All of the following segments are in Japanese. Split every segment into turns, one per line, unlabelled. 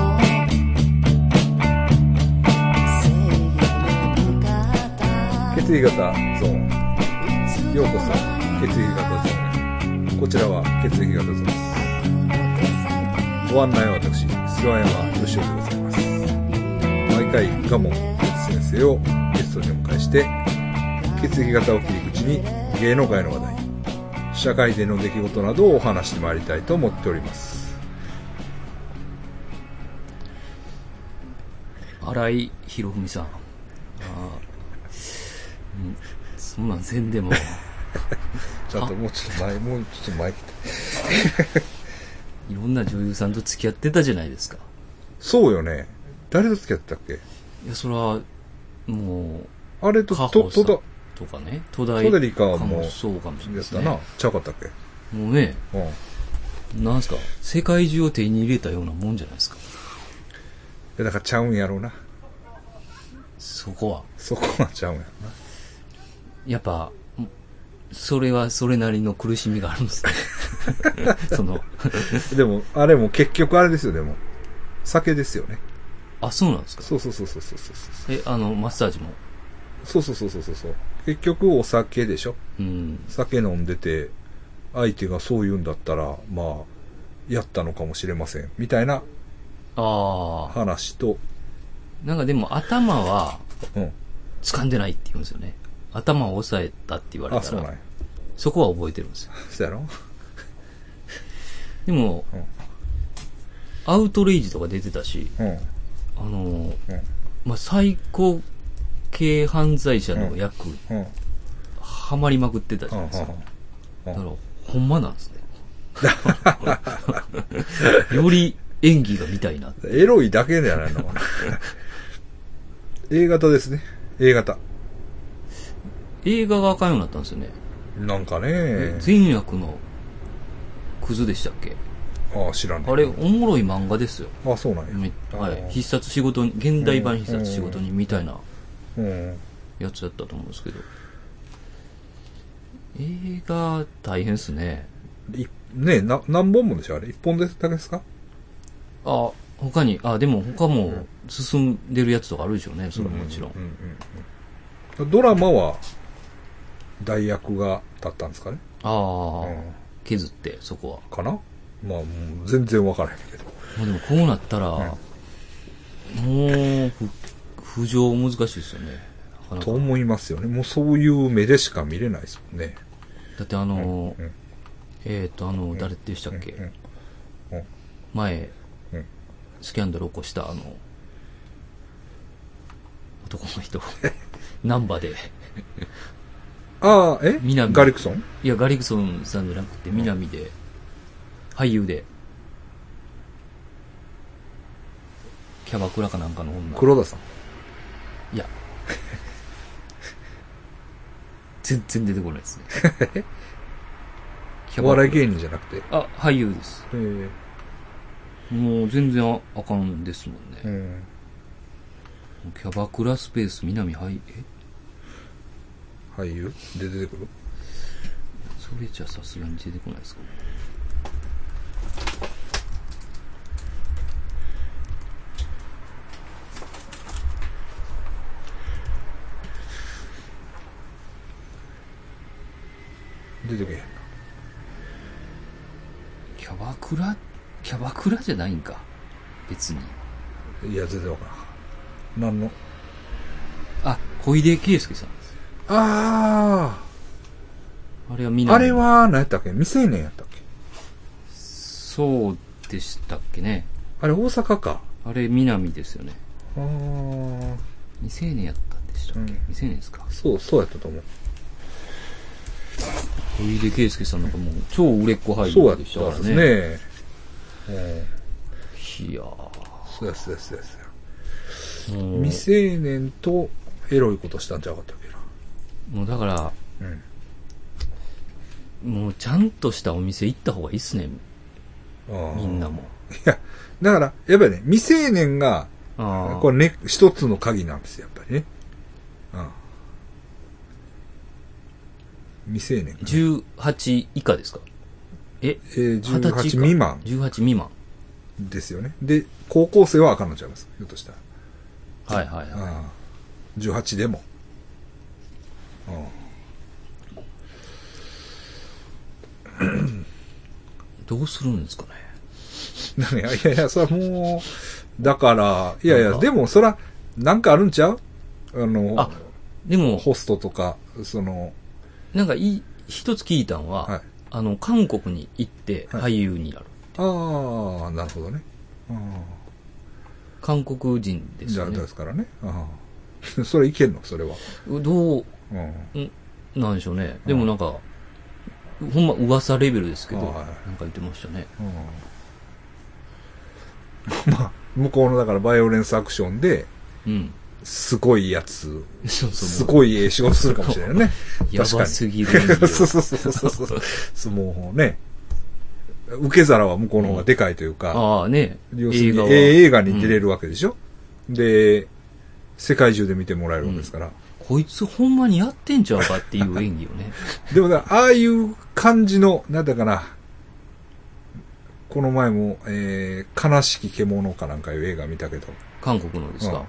血液型ゾーンようこそ血液型ゾーンへこちらは血液型ゾーンですご案内は私諏訪山義雄でございます毎回蒲門哲先生をゲストにお迎えして血液型を切り口に芸能界の話題社会での出来事などをお話してまいりたいと思っております
荒井博文さん。ああ。うんそんなんせんでも。
ちゃんともうちょっと前もうちょっと前来て
いろんな女優さんと付き合ってたじゃないですか。
そうよね誰と付き合ってたっけ
いや、それは、も
あれ
う、
と
カ
と
ホ
と
さん
だ
とかね、戸田
戸田理香はもう
そうかもしれない
や
で
っ
す
た
ね。
な
も
ちゃうかったっけ
うね、
うん
なんすか、世界中を手に入れたようなもんじゃないですか。
いやだからちゃうんやろうな。
そこは。
そこはちゃうんやろ
やっぱ、んそれはそれなりの苦しみがあるん ですね。その、
な。でも、あれも結局あれですよ、でも。酒ですよね。
あ、そうなんですか。
そうそうそうそうそうそうそう。
え、あの、マッサージも。
そうそうそうそうそうそう。結局お酒でしょ
うん。
酒飲んでて、相手がそう言うんだったら、まあ、やったのかもしれません。みたいな
ああ。
話と、
なんかでも頭は
うん。
掴んでないって言うんですよね。頭を押さえたって言われ
あ、
た
そう
ら、
なんや
そ。こは覚えてるんですよ。
そうやろ
でも、
うん
アウトレイジとか出てたし、
うん。
あのー
うん。
まあ、最高系犯罪者の役、
うん。うん。
ハマりまくってたじ
う
ゃ
ん
ないですか。
うん
だから、ほんまなんですね。 より演技が見たいな。
エロいだけじゃ ないのかな。A 型ですね。A 型。
映画があかんようになったんですよね。
なんかね。
善悪のクズでしたっけ
ああ、知らない。
あれ、おもろい漫画ですよ。
あ、そうなんや。
めは
あ
い
ー、
必殺仕事に、現代版必殺仕事にみたいな
うん。
やつだったと思うんですけど。映画、大変っすね。
いねえな、何本もでしょあれ一本ですだけですか
あ、他に、あ、でも他も進んでるやつとかあるでしょうね、それはもちろん
う。んうんうん。ドラマは、代役が立ったんですかね
ああ、
うん
削って、そこは。
かなまあ、もう全然わからへんけど。
まあでもこうなったら、もう、ふ浮上難しいですよね。なかな
と
か
思いますよね。もうそういう目でしか見れないですもんね。
だってあのー、
うん
えっ、と、あの、誰でしたっけ、
うんうん
前、
うん
スキャンダル起こしたあの、男の人、 ナンバで、
ああ、え
南
ガリクソン
いや、ガリクソンさんじゃなくて、南で、俳優で、キャバクラかなんかの女。
黒田さん。
いや。全然出てこな いですね。キ
お
ャバクラ
笑い芸人じゃなくて。
あ、俳優です。
えー
もう全然あかんですもんね。
うん。
キャバクラスペース南俳優、え
俳優で出てくる
それじゃさすがに出てこないですか
出てけへんな。
キャバクラキャバクラじゃないんか。別に。
いや、全然わからん。何の
あ、小出圭介さんです。
ああ
あれは南。
あれは、何やったっけ未成年やったっけ
そうでしたっけね。
あれ大阪か。
あれ南ですよね。
あー
未成年やったんでしたっけ、
うん
未成年ですか。
そう、そうやったと思う。
小出圭介さんなんかもう超売れっ子俳
そうや
優
っ
でしたか
た
ら
んで
ね。
すね。うん。
いやー
そうや、そうや、そうや、そうや。
もう
未成年とエロいことしたんちゃうかったっけ
もうだから、
な。うん。
もうちゃんとしたお店行った方がいいっすね、
あー
みんな。も。
いや、だから、やっぱりね、未成年が、
ああ。
これね、一つの鍵なんですよ、やっぱりね。うん。未成年が。
18以下ですかえ
えー、18
二十歳以下
未満
18未満。
ですよね。で、高校生はあかんのちゃいます。ひょっとしたら。
はいはいはい。
ああ18でも。
どうするんですかね。
なんかいやいやいや、それはもう、だから、いやい
な
や、
んか
でもそら、なんかあるんちゃうあの、
あでも、
ホストとか、その、
なんかいい、一つ聞いたんは、
はい
あの、韓国に行って
はい
俳優になる。
ああ、なるほどね。うん
韓国人です
じゃ
よ
あ、
ね
で。すからね。ああそれいけんのそれは。
どう、
うん。
なんでしょうね。でもなんか、ほんま噂レベルですけど、
は
ないんか言ってましたね。
うんまあ、向こうのだからバイオレンスアクションで、
うん。
すごいやつ、
そうそう。
す
い。
ごいええ仕事するかもしれないね。
や
確か
ば
に
すぎる。
そうそうそうそうそうそう。そうもうね、受け皿は向こうの方がでかいというか、
ああね、
要する
映
に
画は。
ええ映画に出れるわけでしょ、で、世界中で見てもらえるわけですから。
うんこいつほんまにやってんちゃうかっていう演技を ね。
でもだからああいう感じの、なんだかな、この前も、えー、悲しき獣かなんかいう映画見たけど、
韓国のですか。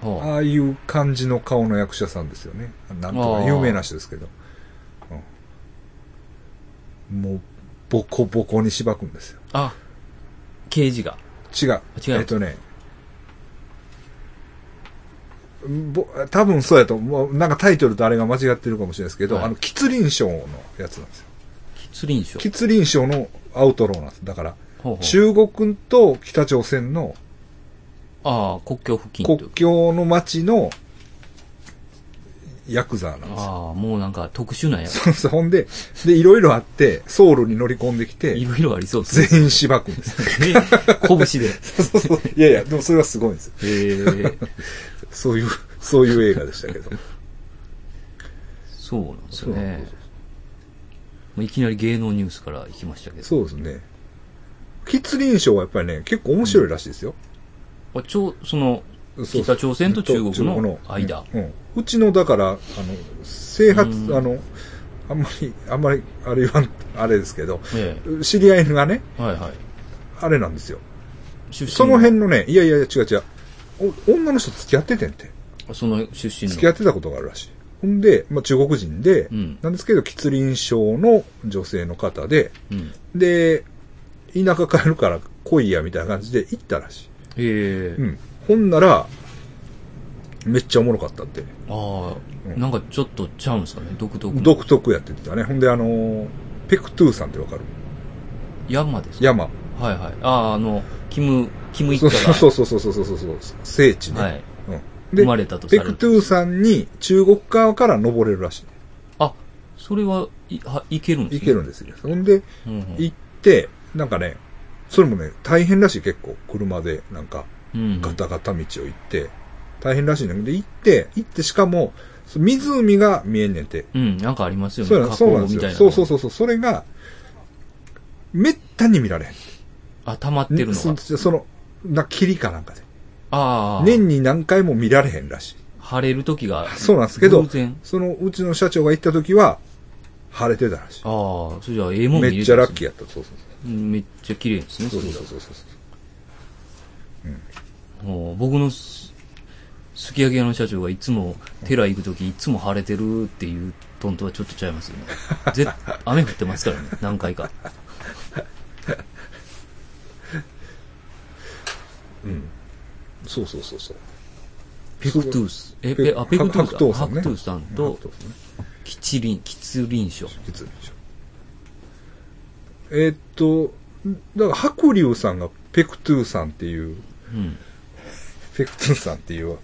はあ
ああいう感じの顔の役者さんですよね。なんと
あ
か
ー
有名な人ですけど。うん、もう、ボコボコにしばくんですよ。
あ、刑事が。
違う。
違う
えっとね、ぼ多分そうやと、もうなんかタイトルとあれが間違ってるかもしれないですけど、
はい
あの、吉林賞のやつなんですよ。
吉林省。
吉林省のアウトローなんです。だから、
ほうほう
中国と北朝鮮の
ああ、国境付近と
国境の町のヤクザなんですよ。
ああ、もうなんか特殊なんや。
そう そう、ほんで、で、いろいろあって、ソウルに乗り込んでき
い
て、
ろいろありそうですね。
全員しばくんです。
拳
そ
で。
うそう いやいや、でもそれはすごいんですよ。
へえ。
そういう、そういう映画でしたけど。
そうなんです
そう
よ
なんで
ね
す。
もういきなり芸能ニュースから行きましたけど。
そうですね。吉林省はやっぱりね、結構面白いらしいですよ。
あちょうその、
そう
北朝鮮と中国の間
うんうんうちの、だから、あの、生発、
うん
あの、あんまり、あんまり、あれ言わん、あれですけど、
え
知り合いがね、
え、はいはい。
あれなんですよ。
出身
その辺のね、いやいやいや、違う違う。お女の人付き合っててんて。
その出身の。
付き合ってたことがあるらしい。ほんで、まあ、中国人で、
うん
なんですけど、吉林省の女性の方で、
うん。
で、田舎帰るから来いや、みたいな感じで行ったらし
へえ
い。うん。ほんなら、めっちゃおもろかったって。
ああ、
うん
なんかちょっとちゃうんですかね、独特の。
独特やって言ってたね。ほんで、あのーペクトゥーさんってわかる
山ですか
山。
はいはい。ああ、あの、キム、キム一
そう
家が
そうそうそうそうそうそうそう。聖地ね。
はい、
うん。
生
で
ま、れたとさ
ペ
れ
ク
る。
トゥーさんに中国側から登れるらしいね。
あ、それは、い、は、いけるんで
行
すね
けるんですよ。ほんで、
うんうん
行って、なんかね、それもね、大変らしい、結構。車で、なんか、
うんうん。
ガタガタ道を行って、大変らしいんだけど、行って、行って、しかも、そ湖が見えんねんて。
うん、なんかありますよね。
そうなんそうなん
河口
です
みた
よ。
いな。
そうそうそうそう、それが、めったに見られへん。
あ、溜まってるの
そ
が。
その、な、霧かなんかで。
ああ。
年に何回も見られへんらしい。
晴れる時が。
そうなんですけど
偶然、
そのうちの社長が行った時は、晴れてたらしい。
ああ、それじゃあ、ええもん見れ
めっちゃラッ
ー。
キーやった。そうそう
うんめっちゃ綺麗ですね、
そう。そう
れ
そう
じ
そうそうそう。
ゃもう僕のす、すき焼き屋の社長がいつも、寺行く時いつも晴れてるっていうトントはちょっとちゃいますよね。ぜ 雨降ってますからね、何回か。
そうそうそうそう。
ペクトゥース。え、
ペ
えあ、ペクトゥース。
白桃さんね
白桃さん
うん
と、吉林、吉林省。
実でしょえーっと、だから白龍さんがペクトゥーさんっていう、
うん。
ペクトゥーさんっていう、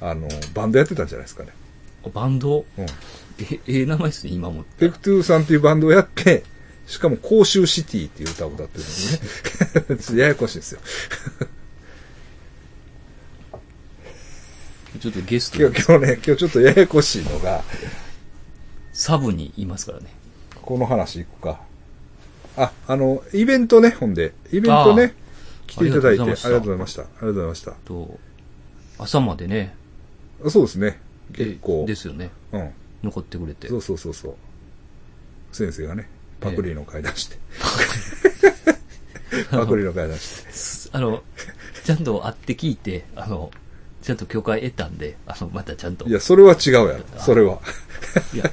あの、バンドやってたんじゃないですかね。
あバンド、
うん。
え、ええ名前ですね、今も。
ペクトゥーさんっていうバンドをやって、しかも甲州シティっていう歌を歌ってるんでね。 ちょっとややこしいんですよ。
ちょっとゲスト
今
で、
日、今日ね、今日ちょっとややこしいのが、
サブにいますからね。
この話いくか。あ、あの、イベントね、ほんで。イベントね、来ていただいてあ
あ
りが
りが
とう
と
ござ
うござ
い
い
ま
ま
した。ありがとうございました。
と、朝までね、
あそうですね。
で
結構。
ですよね。
うん。
残ってくれて。
そうそうそうそう。先生がね、パクリの会談して。 パクリの会談して。
あの、ちゃんと会って聞いて、あの、ちゃんと許可得たんで、あの、またちゃんと
い。や、それは違うやろ。それは。
いや、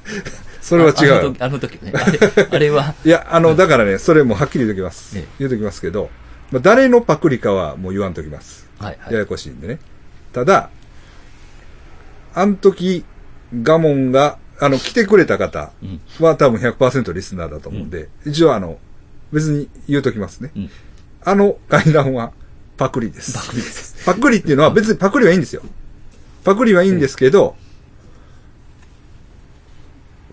それは違
あ
う
の。時あの時ね。あれ、あれは、
いや、あの、だからね、それもはっきり言うときます
ええ。
言うときますけど、まあ、誰のパクリかはもう言わんときます。
はい、はい。
ややこしいんでね。ただ、あの時、ガモンが、あの、来てくれた方
うん。
は多分100%リスナーだと思うんで、一応あの、別に言うときますね。
うん。
あの階段はパクリです。
パクリです。
パクリっていうのは別にパクリはいいんですよ。パクリはいいんですけど、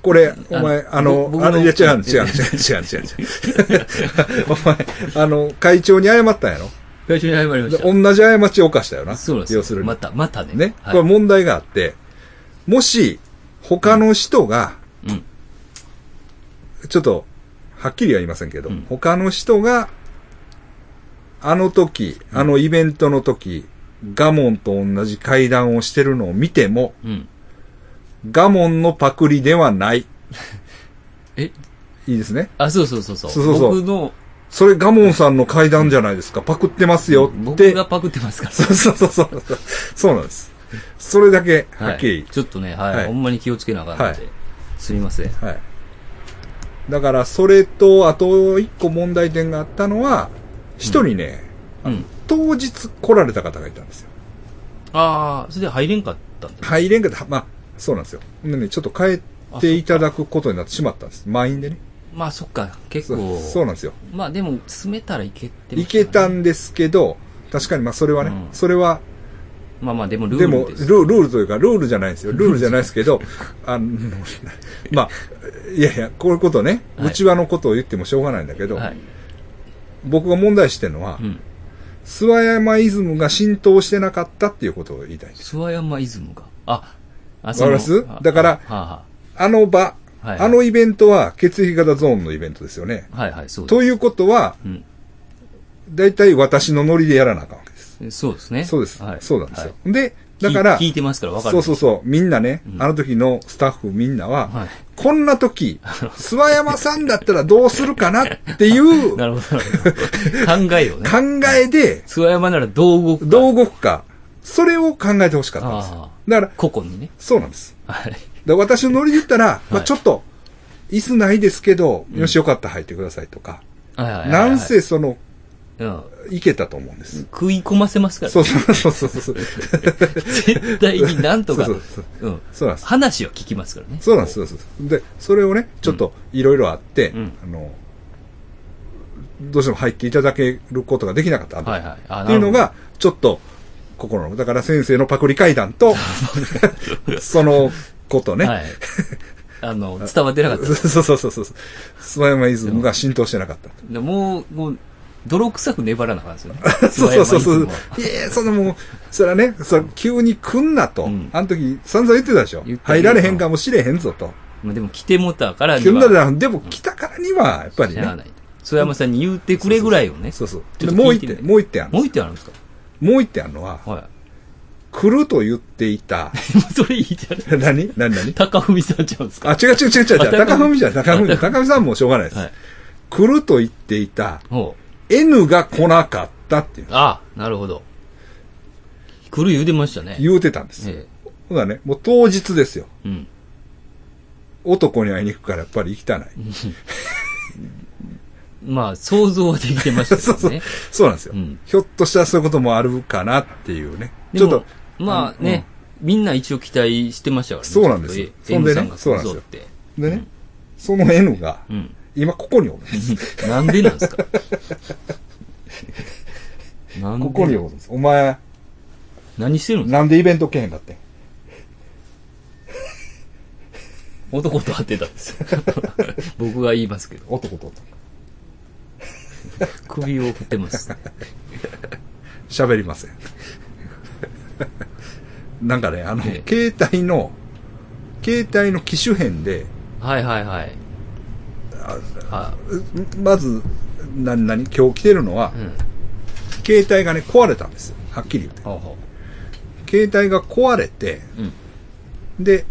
これ、お前、あ
あの
の、
僕
あの、いや違うの
僕
違うの違うの違うの違うの違 うのお前、あの、会長に謝ったんやろ
最初に謝りま
で
した。
同じ過ちを犯したよな。
そうなんですよ
要するに。
また、またね。
ね、
はい
これ問題があって、もし、他の人が、
うん。
ちょっと、はっきりは言いませんけど、
うん
他の人が、あの時、あのイベントの時、ガモンと同じ会談をしてるのを見ても、
うん。
ガモンのパクリではない。
え、
いいですね。
あ、そうそうそうそう。
そうそうそう
僕の、
それガモンさんの会談じゃないですか。パクってますよっ
僕
て。
がパクってますから。
そうそうそうそう。そうなんです。それだけ、はっきり。
ちょっとね、はい、
はい
ほんまに気をつけなあかんので、
は
すみません。
はい。だから、それと、あと一個問題点があったのは、一人ね、
うん。
当日来られた方がいたんですよ。
ああ、それで入れんかったんだ。
入れんかった。まあ、そうなんですよ。でね、ちょっと帰っていただくことになってしまったんです。満員でね。
まあそっか、結
そ
構。
うそうなんですよ。
まあでも、詰めたらいけって、
行けた。んですけど、確かにまあそれはね、
うん
それは、
まあまあでもル
で
ー
も
ル
ル
です。
ー、ルールというか、ルールじゃないんですよ。ルールじゃないですけど、あの、まあ、いやいや、こういうことね、
はいう
ちわのことを言ってもしょうがないんだけど、
はい。
僕が問題視してるのは
う、ん。
諏訪山イズムが浸透してなかったっていうことを言いたいんです。
諏訪山イズムが。あ、あ
わかります
あ
だから
はあ、は
あの場、
はい
あのイベントは血液型ゾーンのイベントですよね。
あ、はいはい、そうです。
ということは、
うん。
だいたい私のノリでやらなあかんわけです。
そうですね。
そうです。
はい。
そうなんですよ。
は
で、
い。
だから
聞い聞、いてますから分かる。
そうそうそう、みんなね、
うん
あの時のスタッフみんなは、
はい。
こんな 時、諏訪山さんだったらどうするかなっていう考
なるほど、な るほど。考えをね。
えで、
諏訪山ならどう動くか。
どう動くか、それを考えてほしかったんですよ
あ
だから、
個々にね。
そうなんです。
はい。
だから私のノリで言ったら、まあ、
はい
ちょっと、椅子ないですけど、
うん
よしよかったら入ってくださいとか、
はいはいはいはい。
なんせその、
うん。
いけたと思うんです。
食い込ませますから。
そうそうそうそうそう。
絶対になんとか。
そうそう
うん。
そうなんです。
話は聞きますからね。
そうなんです、そうなんです。で、それをね、ちょっといろいろあって、
うん
あの、どうしても入っていただけることができなかった。
はいはい。あ
っていうの、が、ちょっと、心の、だから先生のパクリ会談 と、そのこと
な
ね。
るほどはい。あの、伝わってなかっ
そうそうそうそう。諏訪山イズムが浸透してなかった。。
た。でもう、もう、泥臭く粘らなあかんですよね
そうそうそうそう
諏訪山いつも。
いやそのもう、そらね、そら急に来んなと。
うん
あの時散々言ってたでしょ
言っ。てる
入られへんかもしれへんぞと。
まあでも来てもたからに
来ん
は。
だら、でも来たからには、やっぱり
しゃあな
ね。
い。諏訪山さんに言ってくれぐらいをね。
そうそう。
ち
で
ょっと
もう
聞い
一
てみて
点、もう一点ある
もう一点あるんですか
もう一点あるのは、
は
来ると言っていた。
い。でもそれいいじゃん。
何何何
高文さんちゃうんですか
あ、違う違う違う違う。
あ
高文じゃん、高文
あ
高文さんもしょうがないです。
はい。
来ると言っていた
ほ
N が来なかったっていう
う。ああ、なるほど。来る言うてましたね。
言うてたんです。
え
ほらね、もう当日ですよ。
え。うん。
男に会いに行くからやっぱり行きたない。
まあ、想像はできてましたけど
そう
ね。
そう。そうなんですよ、
うん
ひょっとしたらそういうこともあるかなっていうね。
で
ちょ
も
っと、
まあね、みんな一応期待してましたからね。
そうなんですよ
ちょっと
そんでね
M さんが
そうなんで
来
す
る
よ
ぞって。
でね、その N が、
うん。
今ここにおるんです。
なんでなんですかなんで
ここにおるんです。お前、
何してるんですか
なんでイベント来へんかってん。
男と会ってたんですよ。僕が言いますけど。
男と男。
首を振ってます。
喋りま せん。なんかね、あの、
え
携帯の、携帯の機種変で、
はいはいはい。は
うまず、な、なに、今日来てるのは、
い。うん。
携帯がね、壊れたんですよ。はっきり言って。
ほうほ
携帯が壊れて、
う。うん。
で、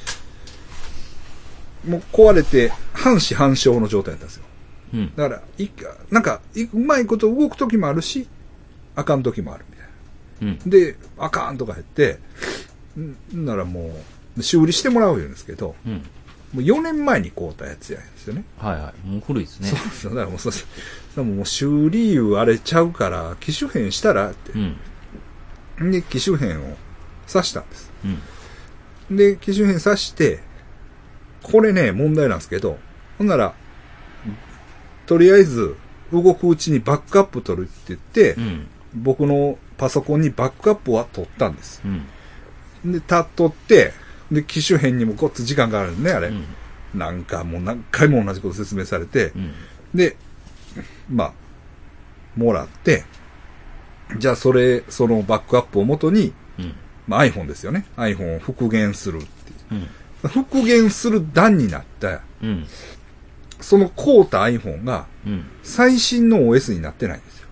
もう壊れて、半死半生の状態だったんですよ。
うん。
だから、いなんか、いうまいこと動く時もあるし、あかん時もあるみたいな。
うん。
で、あかんとか言って、んならもう、修理してもらうんですけど、
うん。
もう4年前に買うたやつやんですよね。
はいはい。もう古いですね
そう。ですよ。だからもうそうです。でももう修理油あれちゃうから、機種変したらって
う。ん。
で、機種変を刺したんです。
うん。
で、機種変刺して、これね、問題なんですけど、ほんなら、とりあえず、動くうちにバックアップ取るって言って、
うん。
僕のパソコンにバックアップは取ったんです。
うん。
で、たっとって、で、機種変にもこっつ時間があるんね、あれ。
うん。
なんかもう何回も同じこと説明されて、
うん。
で、まあ、もらって、じゃあそれ、そのバックアップをもとに、
うん。
まあ、iPhone ですよね。iPhone を復元するってい
うん。
う。復元する段になった、
うん。
その買うた iPhone が
うん。
最新の OS になってないんです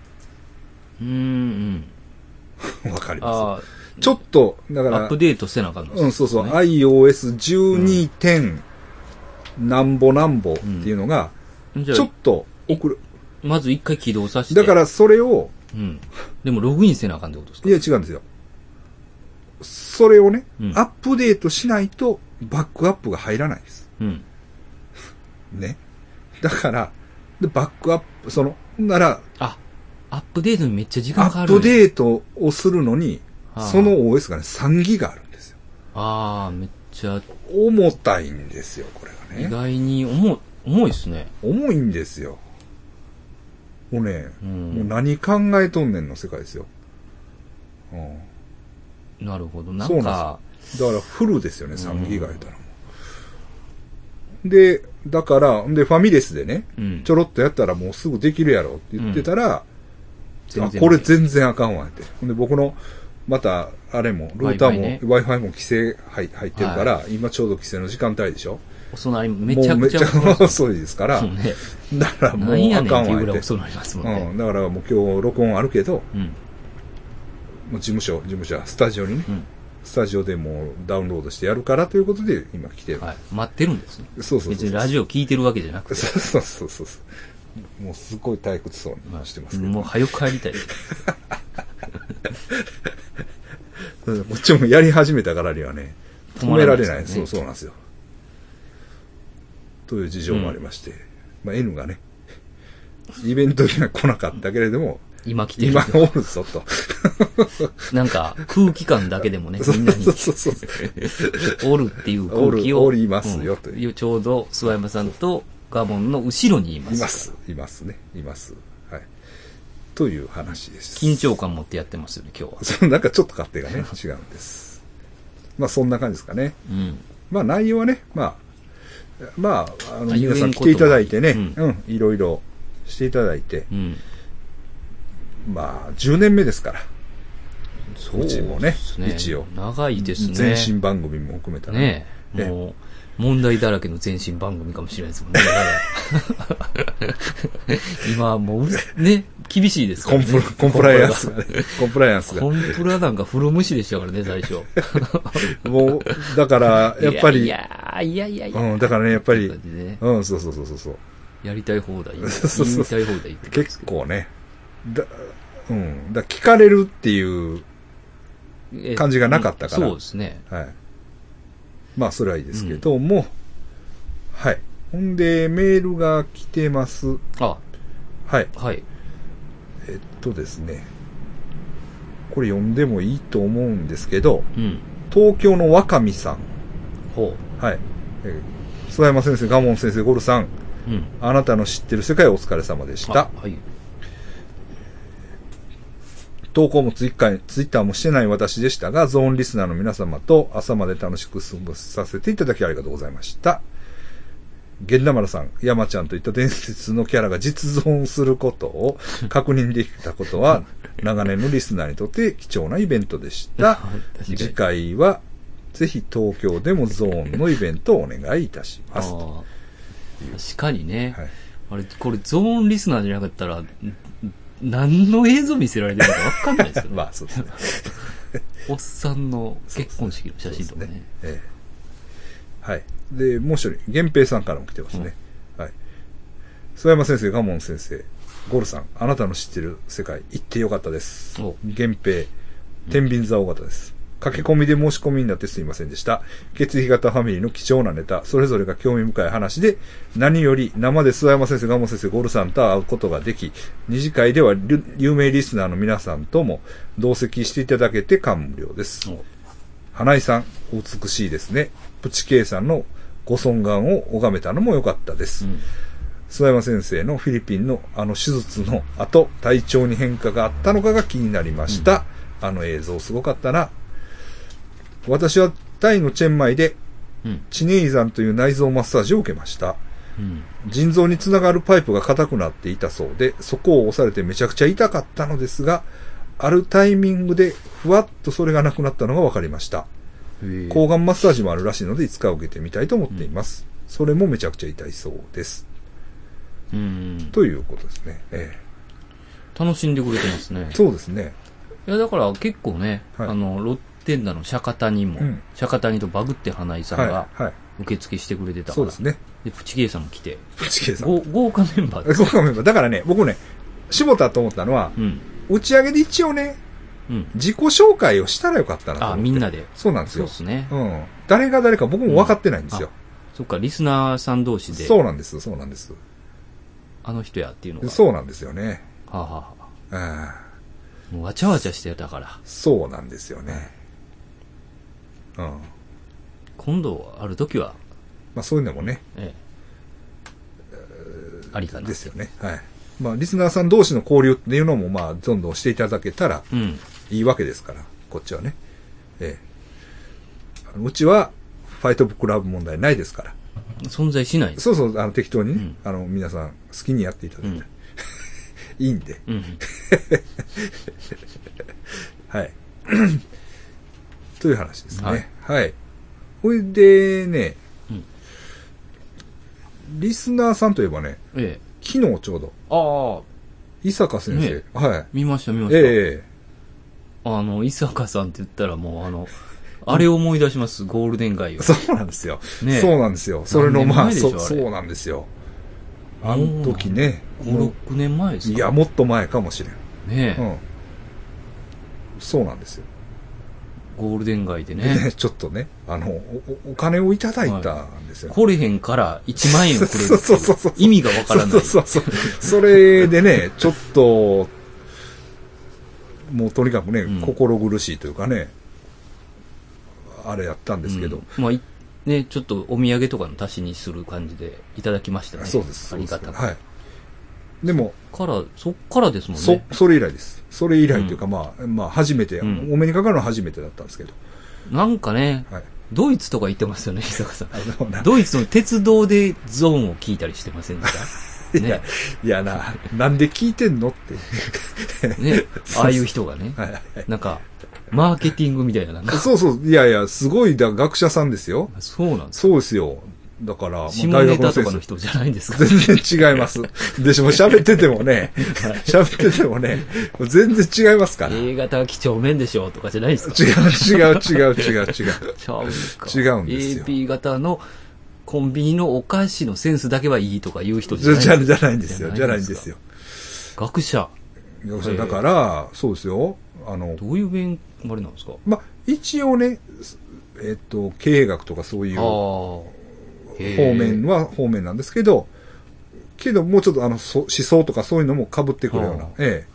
うん。
よ。 わかりま
あ
す。ちょっと、だ
あ、
か
アッ
ら
プ、デートせなあかんのですね
うん、そうそう、iOS12. 点、なんぼなんぼっていうのが、
じゃ
ちょ
あ
っ、と遅る。
まず一回起動させて。
だか、らそれを、
うん。でもログインせなあかんってことですか
いや違うんですよ。それをね、
うん
アップデートしないとバックアップが入らないです。
うん。
ね。だから、でバックアップ、その、ほんなら、
あ、アップデートにめっちゃ時
ア
間かか
ッ
るんや。
プデートをするのに、
はあ
その OS がね、3ギガあるんですよ。
ああ、めっちゃ、
重たいんですよ、これ
意
がね。
外に重い、重いですね。
重いんですよ。もうね、
うん
もう何考えとんねんの世界ですよ。うん、
なるほど。な
そうんな
か、
だからフルですよね、3ギガやったらもう。で、だから、で、ファミレスでね、
うん
ちょろっとやったらもうすぐできるやろって言ってたら、
うん
あ
全然
これ全然あかんわって。ほんで、僕の、また、あれも、ルーターも、
Wi-Fi ね
Wi-Fi も規制入入ってるから、今ちょうど規制の時間帯でしょ
遅なり、めちゃ
もうめ
く
っち
ちゃ
ゃ遅いですから、
そうね。
だからもう
なんや
あ
ね
か
んっ
ん
ていう
わ
ぐらい
って。
遅なりますもん
う
ね。
ん、だからもう今日録音あるけど、
うん。
もう事務所、事務所、スタジオにね、
うん。
スタジオでもうダウンロードしてやるからということで、今来てる。
はい。待ってるんですね。
そうそう
別
そう
にラジオ聞いてるわけじゃなくて。
そうそうそうそうそう。もうすごい退屈そうにしてますけど。
もう早く帰りた
う
い。
んこっちもやり始めたからにはね、止められない。
止まらないです
そ
よ
う
ね
そうなんですよ。という事情もありまして、まあ N がね、イベントには来なかったけれども、
今来てる
今。おるぞと。
なんか、空気感だけでもね、
そう
みんなに
そうそうそう。
おるっていう空気を。
おるおりますよ
うん
と
ちょうど、諏訪山さんとガモンの後ろにいま
い
す。
ます。いますね。います。はい。という話です。
緊張感持ってやってますよね、今日は。
そうなんかちょっと勝手が ね、違うんです。まあそんな感じですかね。
うん。
まあ内容はね、まあ、まあ、あの
あ
皆さん
言えんこ
来
と
ていただいてね、
も
うん、いろいろしていただいて、
うん。
まあ、10年目ですから、
そう
ちもね
う
一応
長いですね。
前身番組も含めたら
ね
ええ
もう、問題だらけの前身番組かもしれないで すもんね。 今はもううる、ね、厳しいですか
コ
ら
ン
ね
プラコンプライアンスがね、コンプライアンス
コンプラなんか古無視でしたから ね、最初。
が。もう、だから、やっぱり、
いやいやいやいやいや。
うん、だからね、やっぱり、
ね
うん、そうそうそうそうそう。
やりたい放題、言 い
そうそうそう
たい放題言ってたんです
結
けど。
構ね、だ、うん、だ聞かれるっていう、
ええ
感じがなかったから
そうですね。
はい。まあ、それはいいですけども、はい。ほんで、メールが来てます。
あ、
はい。
はい。
えっとですね、これ読んでもいいと思うんですけど、
うん。
東京の若見さん、
ほ
はい、えー諏訪山先生、賀門先生、ゴルさん、
う。うん。
あなたの知ってる世界お疲れ様でし
あ
た。
はい。
投稿もツイッカーツイッターもしてない私でしたが、ゾーンリスナーの皆様と朝まで楽しく過ごさせていただきありがとうございました。源田丸さん、山ちゃんといった伝説のキャラが実存すること を確認できたことは、長年のリスナーにとって貴重なイベントで した。
確かに
次回は、ぜひ東京でもゾーンのイベントをお願いいたし
あ
ます。は
ー確かにね。
い、
あれ、これゾーンリスナーじゃなかったら、ん何の映像見せられてるのかわかんないですよね。
まあ、そうですね。
おっさんの結婚式の写真とかね。
ええはい。で、もう一人、源平さんからも来てますね。はい。曽山先生、賀門先生、ゴルさん、あなたの知ってる世界、行ってよかったです
お。
源平、天秤座尾形です。駆け込みで申し込みになってすいませんでした。血液型ファミリーの貴重なネタ、それぞれが興味深い話で、何より生で諏訪山先生、ガモ先生、ゴルさんと会うことができ、二次会ではりゅ有名リスナーの皆さんとも同席していただけて感無量です。
お
花井さん、お美しいですね。プチケイさんのご尊願を拝めたのも良かったです。
うん
諏訪山先生のフィリピンのあの手術の後、体調に変化があったのかが気になりました。あの映像すごかったな。私はタイのチェンマイで
うん
チネイザンという内臓マッサージを受けました。
うん
腎臓につながるパイプが硬くなっていたそうで、そこを押されてめちゃくちゃ痛かったのですが、あるタイミングでふわっとそれがなくなったのが分かりました。
へえ
抗がんマッサージもあるらしいので、いつか受けてみたいと思っています。それもめちゃくちゃ痛いそうです。
うん
ということですね。ええ
楽しんでくれてますね
そうですね。
いやだから結構ね、
はい
あのロッテンダの釈迦谷も、
うん
釈迦谷とバグって花井さんが
はい。はい。
受付してくれてたから、
そうですね。
でプチゲイさんも来て
プチケイさん。
ご豪華メンバーです
ごめんごめんだからね、僕ね、絞ったと思ったのは、
うん
打ち上げで一応ね、
うん
自己紹介をしたらよかったなと思っ
あ
て。
みんなで
そうなんです
そう
よ
で。すね、
うん。誰が誰か僕も分かってないんですよ。
そっかリスナーさん同士で
そうなんです、そうなんです。
あの人やっていうのが
そうなんですよね。
はあ、はあはあ
うん。
もうわちゃわちゃしてたから
そうなんですよね。うん。ま
今度ある時は、
あそういうのもね、
ええ、ありかな
ですよね。はい。まあリスナーさん同士の交流っていうのもまあどんどんしていただけたら
うん
いいわけですから、こっちはね。ええ。あのうちは、ファイトクラブ問題ないですから。
存在しない
そうそう、あの適当にね、
うん
あの皆さん好きにやっていただいて、
うん
いいんで。
うん
はい。 という話です
は
ね
い。
はい。ほ、いでね、
うん
リスナーさんといえばね、
ええ
昨日ちょうど、
ああ
伊坂先生、
ね
はい。
見ました見ました、
え
あの、伊坂さんって言ったらもうあの、 あれを思い出します、ゴールデン街
え
を。
そうなんですよ、
ねえ
そうなんですよ。それの、
何年
まあ、
前でしょ
そ
あれ
そうなんですよ。あの時ね、
5
も、
6年前で
う
すか
いや、もっと前かもしれん。
ねえ、
うん。そうなんですよ。
ゴールデン街で
で ね
ね、
ちょっとね、あの、おおお金をいただいたんですよ。
来れへんから1万円をくれるってい
そうそうそうそう
意味がわからない。
そうそうそう。それで ね、ちょっと、もうとにかくね、
うん
心苦しいというかね、あれやったんですけど、
うんまあ、いね、ちょっとお土産とかの足しにする感じでいただきましたね。
そうです。
ありがたく。
はい。でも、
から、そっからですもん
そ
ね。、
それ以来です。それ以来というか、まあ、まあ、初めて、
うん
お目にかかるのは初めてだったんですけど、
なんかね、
はい。
ドイツとか行ってますよね、伊坂さん。
あのな
ドイツの鉄道でゾーンを聞いたりしてませんでした、
いや
ね、
いやな、なんで聞いてんのって。
ね、ああいう人がね、
はいはい
なんか、マーケティングみたいな、なんか、
そうそう、いやいや、すごいだ学者さんですよ。
そうなんです
そうですよ。だから、まあ
下ネタと
先
か
生
の人じゃないんですか
全然違います。でしょ、もう喋っててもね、喋っててもね、全然違いますから。違う、
A 型は几帳面でしょうとかじゃないんですか
違う、違う、違う、違う。
ちゃうんですか
違うんですよ
AB 型のコンビニのお菓子のセンスだけはいいとか言う人
じ
じゃ
ゃ、
ない
じゃじゃないんですよ。じゃないんです
か
よ。
学者。ええ
だから、そうですよ。あの、
どういう勉、あれなんですか
ま、一応ね、えっと、経営学とかそういう
ああ。
方
方
面は方面なんですけど、けど、もうちょっとあの、そ思想とかそういうのも被ってくるような
ああ、
え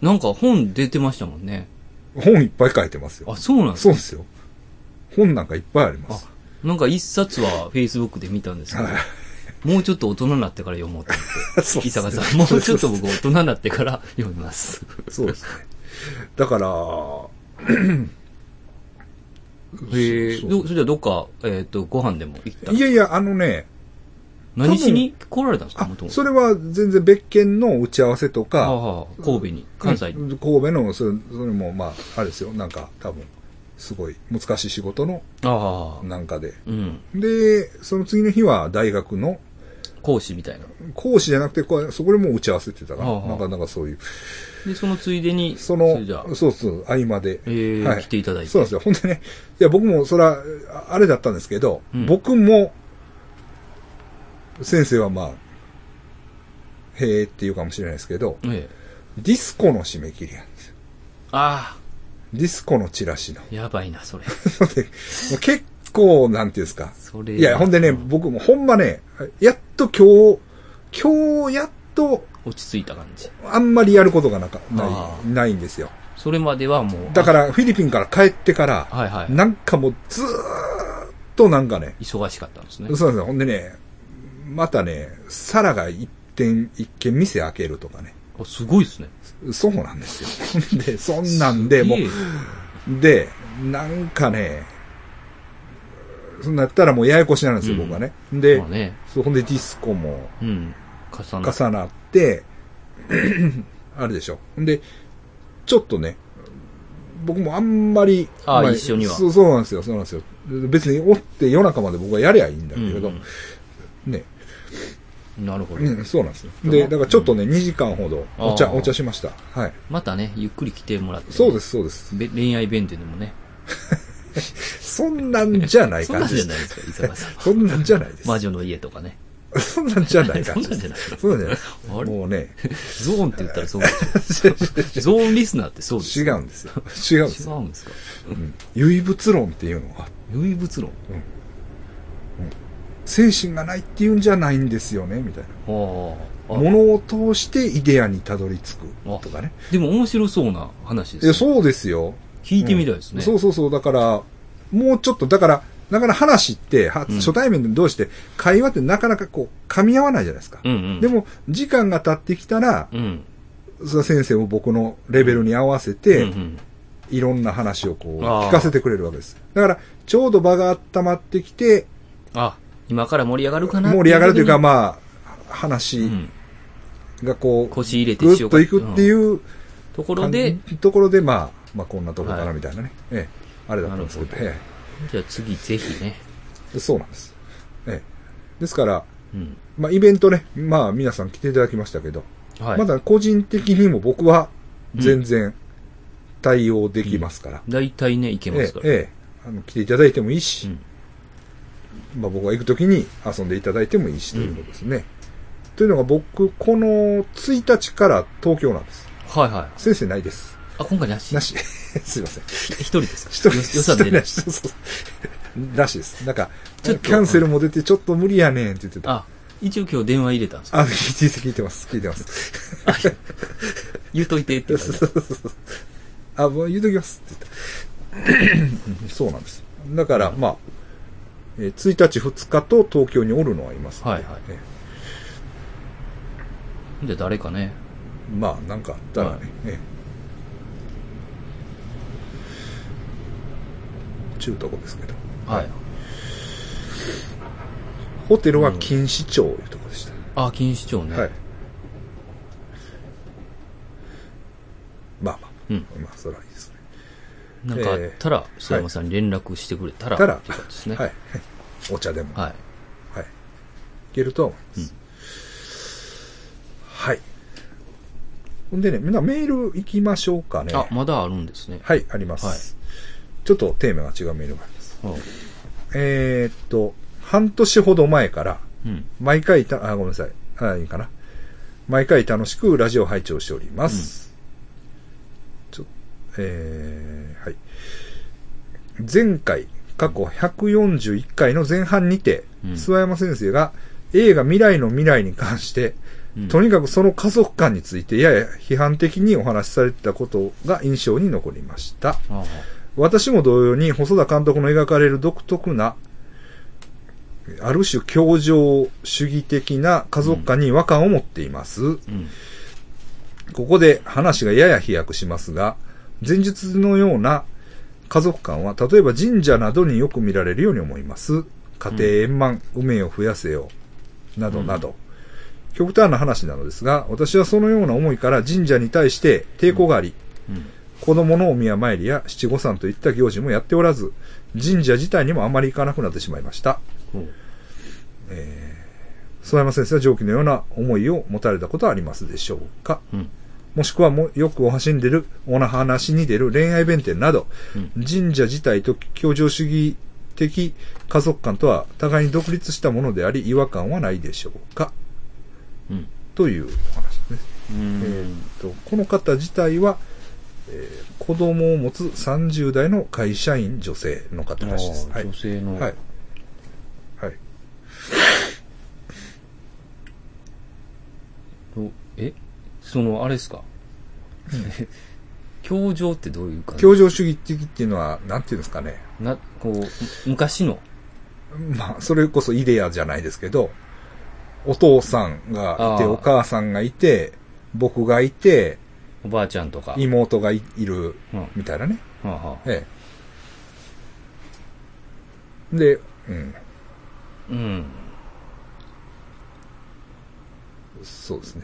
なんか本出てましたもんね。
え、本いっぱい書いてますよ
あ、。そうなんです
そ
か
うですよ。本なんかいっぱいあります。
なんか一冊は Facebook で見たんですけど
はい、
もうちょっと大人になってから読もうと思っ て。
そう
伊
ですね
坂さん、もうちょっと僕大人になってから読みます。
そうですね。だ から、
へえ、
そう
どそれじゃあどっか、えっ、と、ご飯でも行ったの
いやいや、あのね、
何しに来られたんですか
あ
元、々
それは全然別件の打ち合わせと
はあ
か、
はあ、神戸に、関西に。
うん神戸の、それそれも、まあ、あれですよ、なんか、多分、すごい難しい仕事の、
ああ、
なんかで。
うん。
で、その次の日は大学の、
講師みたいな。
講師じゃなくて、こうそこでもう打ち合わせってたか
はあ
ら、な
はあ
んか、なんかそういう、
で、そのついでに、
そ
それじゃあ
の、そうそう、合間で。
えー
はい
来ていただいて。
そうなんですよ。ほんでね、いや、僕も、そら、ああれだったんですけど、
うん
僕も、先生はまあ、へえって言うかもしれないですけど、
ええ
ディスコの締め切りなんですよ。
ああ、
ディスコのチラシの。
やばいな、それ。
のでもう結構、なんていうんですか。
それ。
いや、ほんでね、僕もほんまね、やっと今日、今日やっと、
落ち着いた感じ。
あんまりやることがなか
あ
ない、ないんですよ。
それまではもう。
だから、フィリピンから帰ってから、
はいはい。
なんかもうずーっとなんかね、
忙しかったんですね。
そうなんですよ。ほんでね、またね、サラが一点、一軒店開けるとかね。
あすごいですね。
そうなんですよ。 で、そんなんで、も
すげえ
う、で、なんかね、そんなやったらもうややこしになるんですよ、
うん
僕はね。で、
まあね。
そうほんでディスコも
うん。重な
重なって、 あれでしょ。ほんで、ちょっとね、僕もあんまり、
あ一緒には
そう。そうなんですよ、そうなんですよ。別におって夜中まで僕はやりゃいいんだけれど、
うん
ね、
うんなるほど。
うん、そうなんですよ。で、だからちょっとね、2時間ほどお茶、
あー
お茶しました。はい。
またね、ゆっくり来てもらって。
そうです、そうです。
べ恋愛弁ででもね。
そんなんじゃない
そんな
感
ん
じ
じ
で
ゃ
す。
ないですか、伊沢さん
そんなんじゃないです。
魔女の家とかね。
そんなんじゃない
そ
感
ん
じ
なんじ
で
ゃない。
す。そうなんじゃ
あ
ない。
れ
もうね、
ゾーンって言ったらそうで しょゾーンリスナーってそうです
違
よ。
うんですよ。違うんです
違
よ。
うんですか。
うん唯物論っていうのは、
唯物論。
精神がないっていうんじゃないんですよね、みたいな。
ああ
ものを通してイデアにたどり着
あ
くとかね。
でも面白そうな話
い
で
や、
すね。
そうですよ。
聞いてみたいです
うん
ね。
そうそうそう。だから、もうちょっと、だから、だから話って、は
うん
初対面でどうして、会話ってなかなかこう、噛み合わないじゃないですか。
うんうん。
で、も、時間が経ってきたら、
うん。
その先生も僕のレベルに合わせて、
うんうん
いろんな話をこう、
あー
聞かせてくれるわけです。だから、ちょうど場が温まってきて、
あ、今から盛り上がるかな
盛り上がるというか、
ま
まあ、話がこう、
腰入れて
ぐ
しよ
っ
うか
といくっていうう、
んところで、
ところで、まあ、まあ、こんなところかな
はい
みたいなね。ええ、あれだったんですけど、
なるほど
え
じゃあ次ぜひね。
え、そうなんです。ええ。ですから、
うん。
まあ、イベントね、まあ、皆さん来ていただきましたけど、
はい。
まだ個人的にも僕は全然対応できますから。
大体ね、いけま
え
すか
え、
ら。
ええ、あの来ていただいてもいいし、
うん
まあ、僕が行くときに遊んでいただいてもいいしということですね。というのが僕、この1日から東京なんです。
はいはい。
先生ないです。
あ、今回なし。
なし。 すいません。
一人ですか
一人
よ予算出ない。
一人そうそうらしいです。なんか、
ちょっと
キャンセルも出てちょっと無理やねんって言ってた。
あ、一応今日電話入れたんですか
あ、聞いて聞いてます。聞いてます。
言うといてって言われた。
あ、もう言うときますって言った。そうなんです。だから、まあ、えー1日2日と東京におるのはいますので、
はいはい
え
じゃあ誰かね。
ーまあ、なんかあったらね、
はい
えーちゅうとこですけど。
はい。
ホテルは錦糸町いうとこでした。
あ、錦糸町ね。
はい。まあまあ、
うん。
まあ、それはいいですね。
なんかあったら、須山さんに連絡してくれたら、
たら
っていうことですね。
はい。はい。お茶でも。
はい。
はい。いけるとは思います。はい。ほんでね、みんなメール行きましょうかね。
あ、まだあるんですね。
はい、あります、
はい
ちょっとテーマが違うメールがあります。
はい。
えーっと、半年ほど前から、
うん。
毎回た、あ、ごめんなさい。あ、いいかな。毎回楽しくラジオ拝聴しております。ちょ、えー、はい。前回、過去141回の前半にて、
うん
諏訪山先生が映画未来の未来に関して、
うん
とにかくその家族観についてやや批判的にお話しされてたことが印象に残りました。
あ
私も同様に細田監督の描かれる独特な、ある種教条主義的な家族観に違和感を持っています。
あうん。
ここで話がやや飛躍しますが、前述のような家族観は、例えば神社などによく見られるように思います。家庭円満、運命を増やせよ、などなど。極端な話なのですが、私はそのような思いから神社に対して抵抗があり、
うん。
子供のお宮参りや七五三といった行事もやっておらず、神社自体にもあまり行かなくなってしまいました。
ほう
諏訪山先生は上記のような思いを持たれたことはありますでしょうか
うん。
もしくはもうよくお話に出る、お話に出る恋愛弁天など、
うん。
神社自体と教条主義的家族観とは互いに独立したものであり、違和感はないでしょうか
うん。
というお話ですね。
う
え
ん
ーっと、この方自体は、えー子供を持つ30代の会社員女性の方らしいです。
あー
はい
女性の、
はい。はい。
どえその、あれですか。 教場ってどういう感じ
協情主義的っていうのは、なんていうんですかね。
な、こう、む昔の。
まあ、それこそイデアじゃないですけど、お父さんがいて、
あー
お母さんがいて、僕がいて、
おばあちゃんとか。
妹がいいる、
うんは
みたいなね。
あはあ
ええ。で、うん、
うん。
そうですね。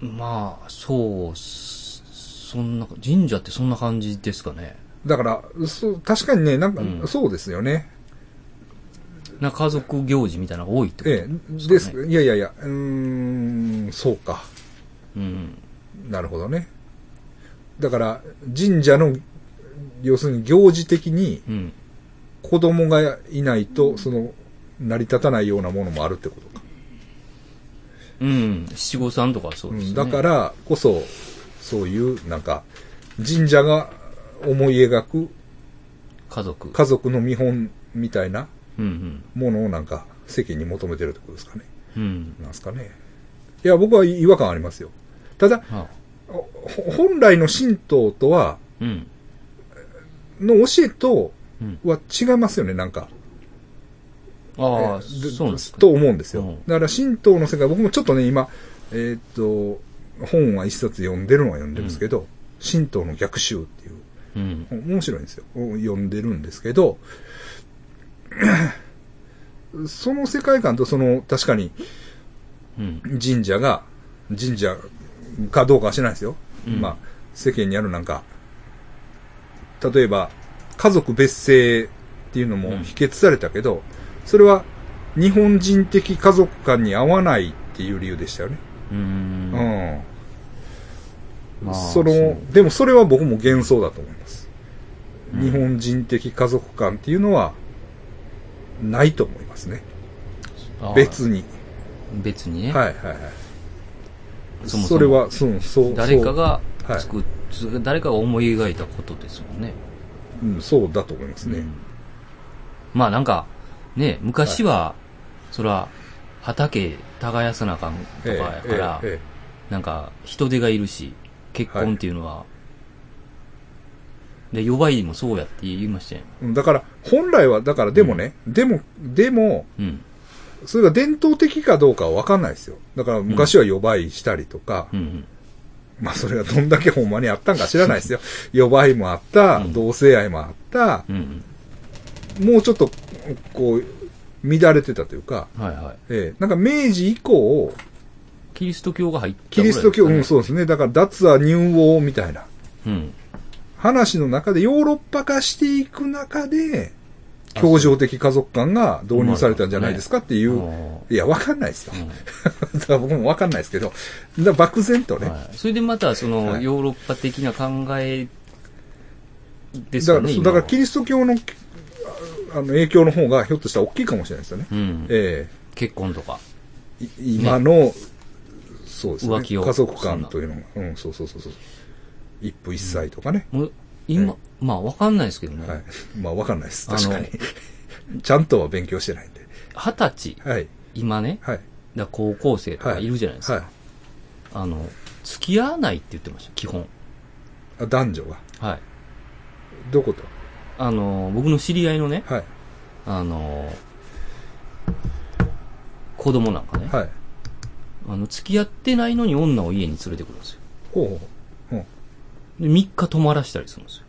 まあ、そう、そそんな、神社ってそんな感じですかね。
だから、そう、確かにね、なんか、
うん
そうですよね。
な家族行事みたいなのが多いってこと
ええ、です、いやいやいや、うーん、そうか。
うん。
なるほどね。だから、神社の、要するに行事的に
うん。
子供がいないと、その、成り立たないようなものもあるってことか。
うん。七五三とかはそう
う
ですね。
ん、だか、らこそ、そういう、なんか、神社が思い描く
家族。
家族の見本みたいな
うん
ものをなんか世間に求めてるってことですかね。
うん。うん。
なんですかね。いや、僕は違和感ありますよ。ただ、
はあ、
ほ本来の神道とは、
うん。
の教えと
うん。
は違いますよね、なんか。
ああ、
えーで
そうなんですか。
と思うんですよ。
うん
だから神道の世界、僕もちょっとね、今、えーっと、本は一冊読んでるのは読んでるんですけど、神道の逆襲っていう
うん。
面白いんですよ。読んでるんですけど、 その世界観とその、確かに
うん。
神社が、神社かどうかは知らないですよ。
うん
まあ、世間にあるなんか、例えば、家族別姓っていうのも
うん
否決されたけど、それは日本人的家族観に合わないっていう理由でしたよね。
うーん。
うん。
まあ
そ
そう
の、でもそれは僕も幻想だと思います。日本人的家族観っていうのは、ないと思いますね。
ああ
別に。
別にね。
はいはいはい。
そもそも
それは、そう、そう。
誰かが
そうはい
作っ、つ誰かが思い描いたことですもんね。
そう、うん、そうだと思いますね。
うんまあなんか、ね、昔は、そら、畑耕さなあかんとか
ええ
やから、
えええ
なんか人手がいるし、結婚っていうのは、で、弱いもそうやって言いましたよ。
えうんだから、本来は、だからでもね、でも、でも、
うん。
それが伝統的かどうかは分かんないですよ。だから昔は予売したりとか、
うんうん。
まあそれがどんだけほんまにあったんか知らないですよ。予売もあった、
うん
同性愛もあった、
うん
もうちょっと、こう、乱れてたというか、
うん。はいはい。
ええなんか明治以降、
キリスト教が入ったぐ
キ
らい
リ
です
ス
かね、
ト教、うん、そうですね。だから、脱はニュー王みたいな
うん。
話の中で、ヨーロッパ化していく中で、協情的家族観が導入されたんじゃないですかってい
あ
う。
ー
いや、わかんないですよ
う。ん
だから僕もわかんないですけど、だから漠然とね。
はいそれでまた、その、
はい
ヨーロッパ的な考えです
だ
か
から、
ね。
そうだからキ
今は
リスト教のああの影響の方がひょっとしたら大きいかもしれないですよね。
うん。
え
結婚とか。
えい今の、そうですね。
浮気を
家族観というのが、うん、そうそうそうそう。一夫一妻とかね。
もう今、まあわかんないですけどね。
はい。まあ、わかんないです。
あの
確かに。 ちゃんとは勉強してないんで。
二十歳、
はい。
今ね、
はい。
だから高校生と
は
か
い。
いるじゃないですか。
はい。
あの、付き合わないって言ってました、基本。
あ男女が。
はい。
どこと
あの、僕の知り合いのね、
はい。
あの、子供なんかね、
はい。
あの、付き合ってないのに女を家に連れてくるんですよ。
ほうほう。うん。
で、3日泊まらしたりするんですよ。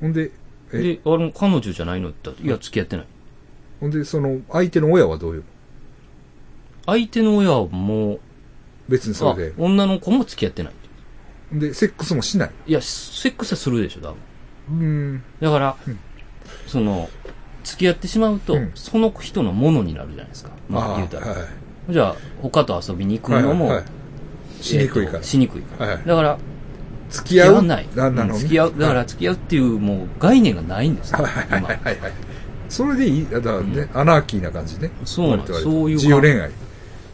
ほんで、え、
で、あの、彼女じゃないのって言ったら、いや、付き合ってない。
ほんで、その、相手の親はどういうの
相手の親はもう、
別にそ
あ
れで。
女の子も付き合ってない。
ほんで、セックスもしない。
いや、セックスはするでしょ、多分。
うーん。
だから、
うん
その、付き合ってしまうと、
うん
その人のものになるじゃないですか。まあ、言うたら。
はい。
じゃあ、他と遊びに行くのも、
はいはいはいしにくいか
えー
ら
と。しにくいから。
はいはい
だから、
付
付
き
き合
合
わ
う
ない。
な、な
う
の
ん付き合う。だか
は
ら、付き合うっていう、もう、概念がないんですよ。
いはいはいはいはい。それでいい、だからね、アナーキーな感じね。
そうなん
割と割と
そういう
自由恋愛。
今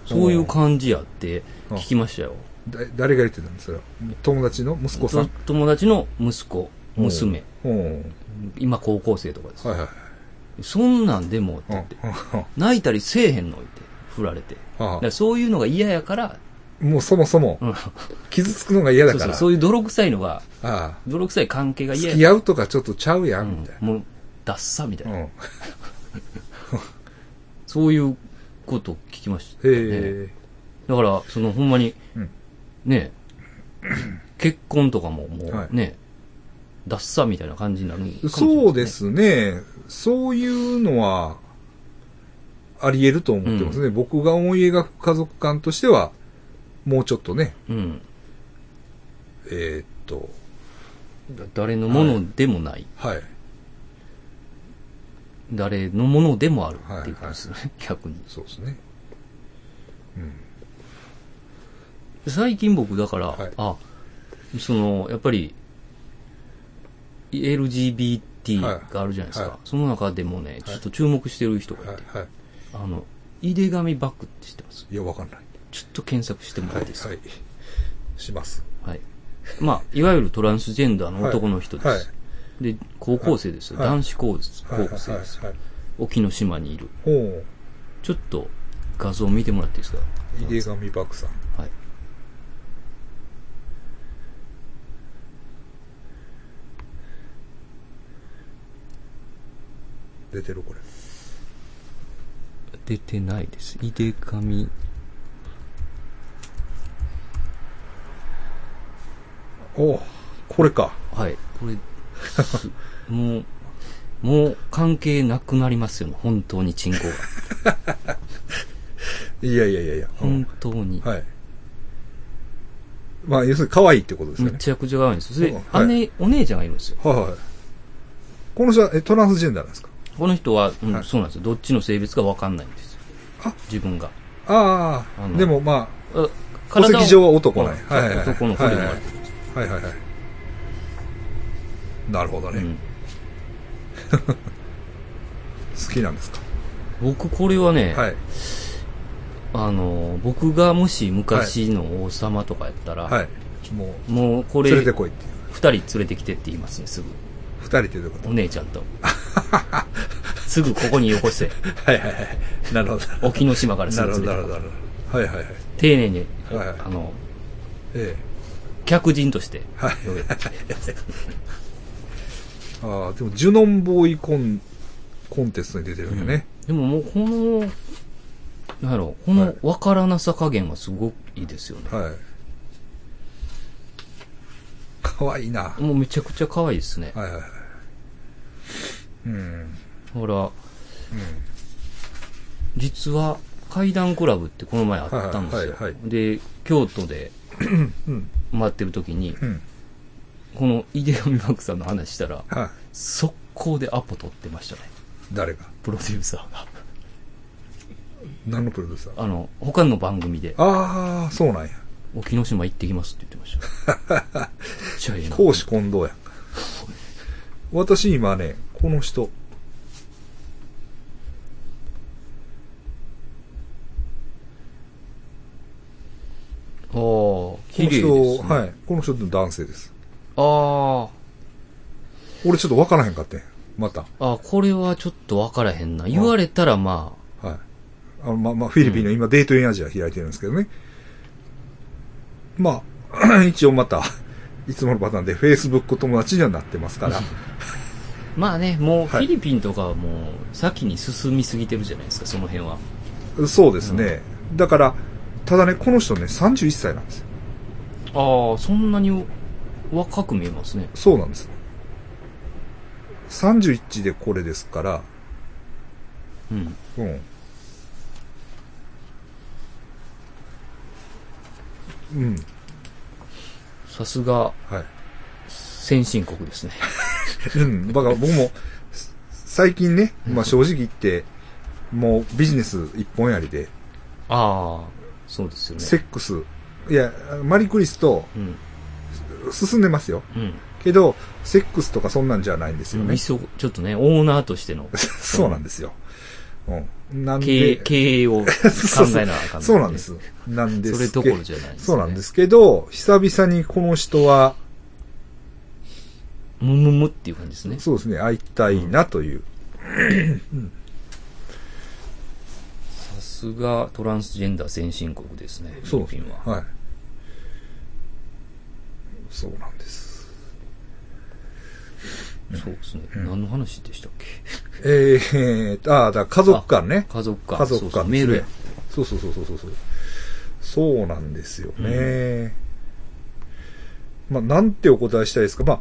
そういう感じやって、
うん
聞きましたよ。
だ誰が言ってたんですか友達の息子さ
と
ん
友達の息子、娘、
うん
今高校生とかです。
はいはい
そんなんでもっ
う
て
ん
言って、
は
泣いたりせえへんのって、振られて。
あ
だ
は
からそういうのが嫌やから、
あもうそもそも
うん
傷つくのが嫌だ
そう
か
そう
ら
そういう泥臭いのが、
ああ
泥臭い関係が嫌
付
や
き合うとかちょっとちゃうや
うん
み
ん
たい
もう、ダッサみたい
な、
な、
うん、へ
そういうことを聞きました、ね。
え、
だから、そのほんまに、
うん
ねえ結婚とかももう
はい
ね、ダッサみたいな感じになるんかもしれない
そうで。すね。そういうのは、あり得ると思ってますね。僕が思い描く家族観としては、もうちょっとね、
うん。
えーっと、
だ誰のものでもない,、
はい。
誰のものでもあるっていう感じですね、 逆に。
そうですね。うん。
最近僕だから、
はい
あ、その、やっぱり、LGBT があるじゃないですか。
はいはい
その中でもね、ちょっと注目してる人がいて、
はい、は
あの、井手上バックって知ってます
い。いや、わかんない。
ちょっと検索してもら
は
っ
い、
ていいですか、
はい。します。
はい。まあ、いわゆるトランスジェンダーの男の人です。
はい
で、高校生ですよ。
はい
男子高校
はい、はい、
高校生です。
はい。
沖ノ島にいる。
ほう。
ちょっと画像見てもらっていいですか
井出上漠さん。
はい。
出てるこれ。
出てないです。井手上。
おうこれか。
はい。これ、 すもう、もう関係なくなりますよね。本当にチンコが。
いやいやいやいや。うん
本当に。
はい。まあ、要するに可愛いってことですよ
む
ね。
ちゃくちゃ可愛いんですよ。で、
はい
姉、お姉ちゃんがいるんですよ。
はいはい。この人は、え、トランスジェンダーなんですか
この人は、うん
はい
そうなんですよ。どっちの性別かわかんないんですよ
あ。
自分が。
あ
あ
あ、
の
でもま
あ
あ、戸籍上は男
は
ないんや。はいはいはい。
男の子でもある。
はいはいはい。なるほど
う
ね。好
ん
きなんですか
僕、これはね、
はい。
あの、僕がもし昔の王様とかやったら、
はい。もう、
もうこれ、
連れて
二
こいっていう。
人連れてきてって言いますね、すぐ。
二人っていうこと
お。姉ちゃ んと。すぐここによこせ。
はいはいはい。なるほど。
沖ノ島からす
な
ぐ
るほ
連
ど、な
れて
る
こ
ほ
い
ど。なるほどはいはいはい。
丁寧に、
はいはい
あの、
ええ。
客人として。
はい
呼べって
ああ、でも、ジュノンボーイコン、コンテストに出てるんだね。
でももうこの、なんやろ、こ
は
の
い
わからなさ加減はすごくいいですよね。
はい。可愛いな。は
もうめちゃくちゃ可愛いですね。
いはいはい。うん。
ほら、実は階段クラブってこの前あったんですよ。
はいはいは
で、京都で
うん。
待ってる時に、
うん。
この井手上漠さんの話したら、
はい。
速攻でアポ取ってましたね。
誰が
プロデューサーが。
何のプロデューサー
あの、他の番組で、
ああ、そうなんや。
沖ノ島行ってきますって言ってまし た。めっちゃええな。
講師混同やんか。私今ね、この人。
あー
こ
綺
の
麗
人、
です、ね。
はい。この人の男性です。
あ
俺ちょっとわからへんかってんまた。
あ、あーこれはちょっとわからへんな。言われたらまあ、
はい。あの、まあ、まあ、フィリピンの今、デートインアジア開いてるんですけどね。まあ、 一応また、いつものパターンで Facebook 友達にはなってますから。
まあね、もうフ
はい
ィリピンとかはもう先に進みすぎてるじゃないですか、その辺は。
そうですね。だから、ただね、この人ね、31歳なんですよ。
ああ、そんなに若く見えますね。
そうなんです。31でこれですから、
うん。
うん。うん、
さすが、
はい。
先進国ですね。
うん、だから僕も、す最近ね、まあ正直言って、もうビジネス一本やりで、
ああ、そうですよね。
セックス、いや、マリクリスト
うん。
進んでますよ。
うん。
けど、セックスとかそんなんじゃないんですよね
み。そ、ちょっとね、オーナーとしての。
そうなんですよ。うん。なん
経
で、
営経営を考えなあかん
そうなんです。なんです
それどころじゃないですね
そうなんですけど、久々にこの人は、
むむむっていう感じですね
そうですね、会いたいなという。
さすがトランスジェンダー先進国ですね
そうです
フィリピンは、
はい。そうなんです。
そうですね、何の話でしたっけ
えー、とああ、だから家族間ね。
家族か
家族
そう
間です
そう
ね
メールや
そうそうそうそうそうそう。そうなんですよね。まあ、なんてお答えしたいですか。まあ、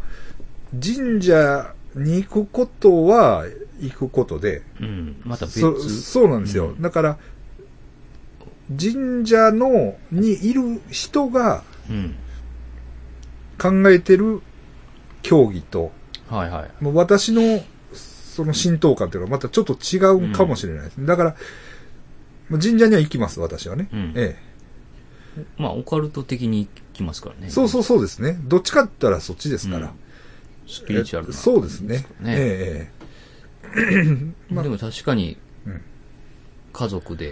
神社に行くことは行くことで、
うんまた別
そそうなんですよ。
うん
だから、神社の、にいる人が
うん
考えてる競技と、
はいはい
もう私のその浸透感っていうのはまたちょっと違うかもしれないです。だから、まあ神社には行きます、私はね。
うん
え
まあオカルト的に来ますからね
え。そうそうそうですね。どっちかって言ったらそっちですから。
うんスピリチュアルな
えそうですね。
ね
ええまあ
でも確かに
うん、
家族でっ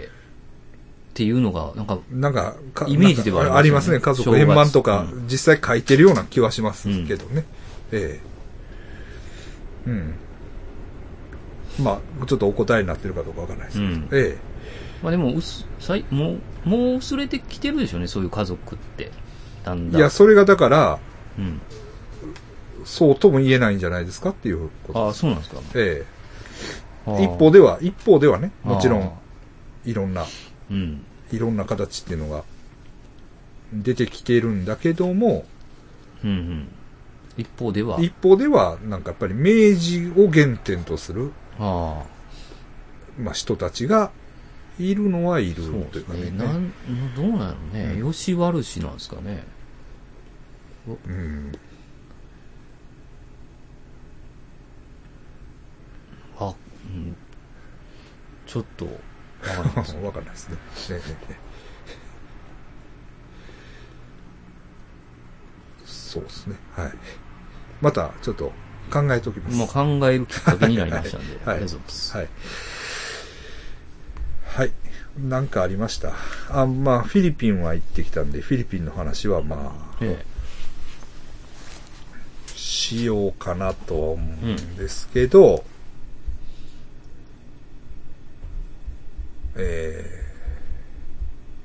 ていうのが、なんか、
ええなんかか
イメージでは
なんかあ
あ
り
り
ま
ますす
ね。
ね
家
正
族
月
円満とか、
う
実際書いてるような気はしますけどね。ええうん。まあ、ちょっとお答えになってるかどうかわからないですけど。
うん
え
まあでも薄さい、もう、もう薄れてきてるでしょうね、そういう家族って。だん
え
だん。
いや、それがだから、
うん。
そうとも言えないんじゃないですかっていうこと
あ
で
あ、
す。
そうなんですか。
ええ
ああ
一方、では、一方ではね、もちろ
あ
ん、いろんな、
うん。
いろんな形っていうのが出てきてるんだけども、
うんうん。一方では、
一方では、なんかやっぱり明治を原点とする、
ああ、
まあ、人たちがいるのはいる
そう
という
です
かね。
ね。なん、どうなのね。
うん
吉悪しなんですかね。
うん。
あ、うん。ちょっ と、わかります。
わかんないですね。ええそうですね。はい。また、ちょっと考えておきます。
まあ考えるきっかけになりましたんで、
はい
ありがとうございます。
はい。はい。なんかありました。あ、まあ、フィリピンは行ってきたんで、フィリピンの話はまあ、
え
しようかなとは思うんですけど、え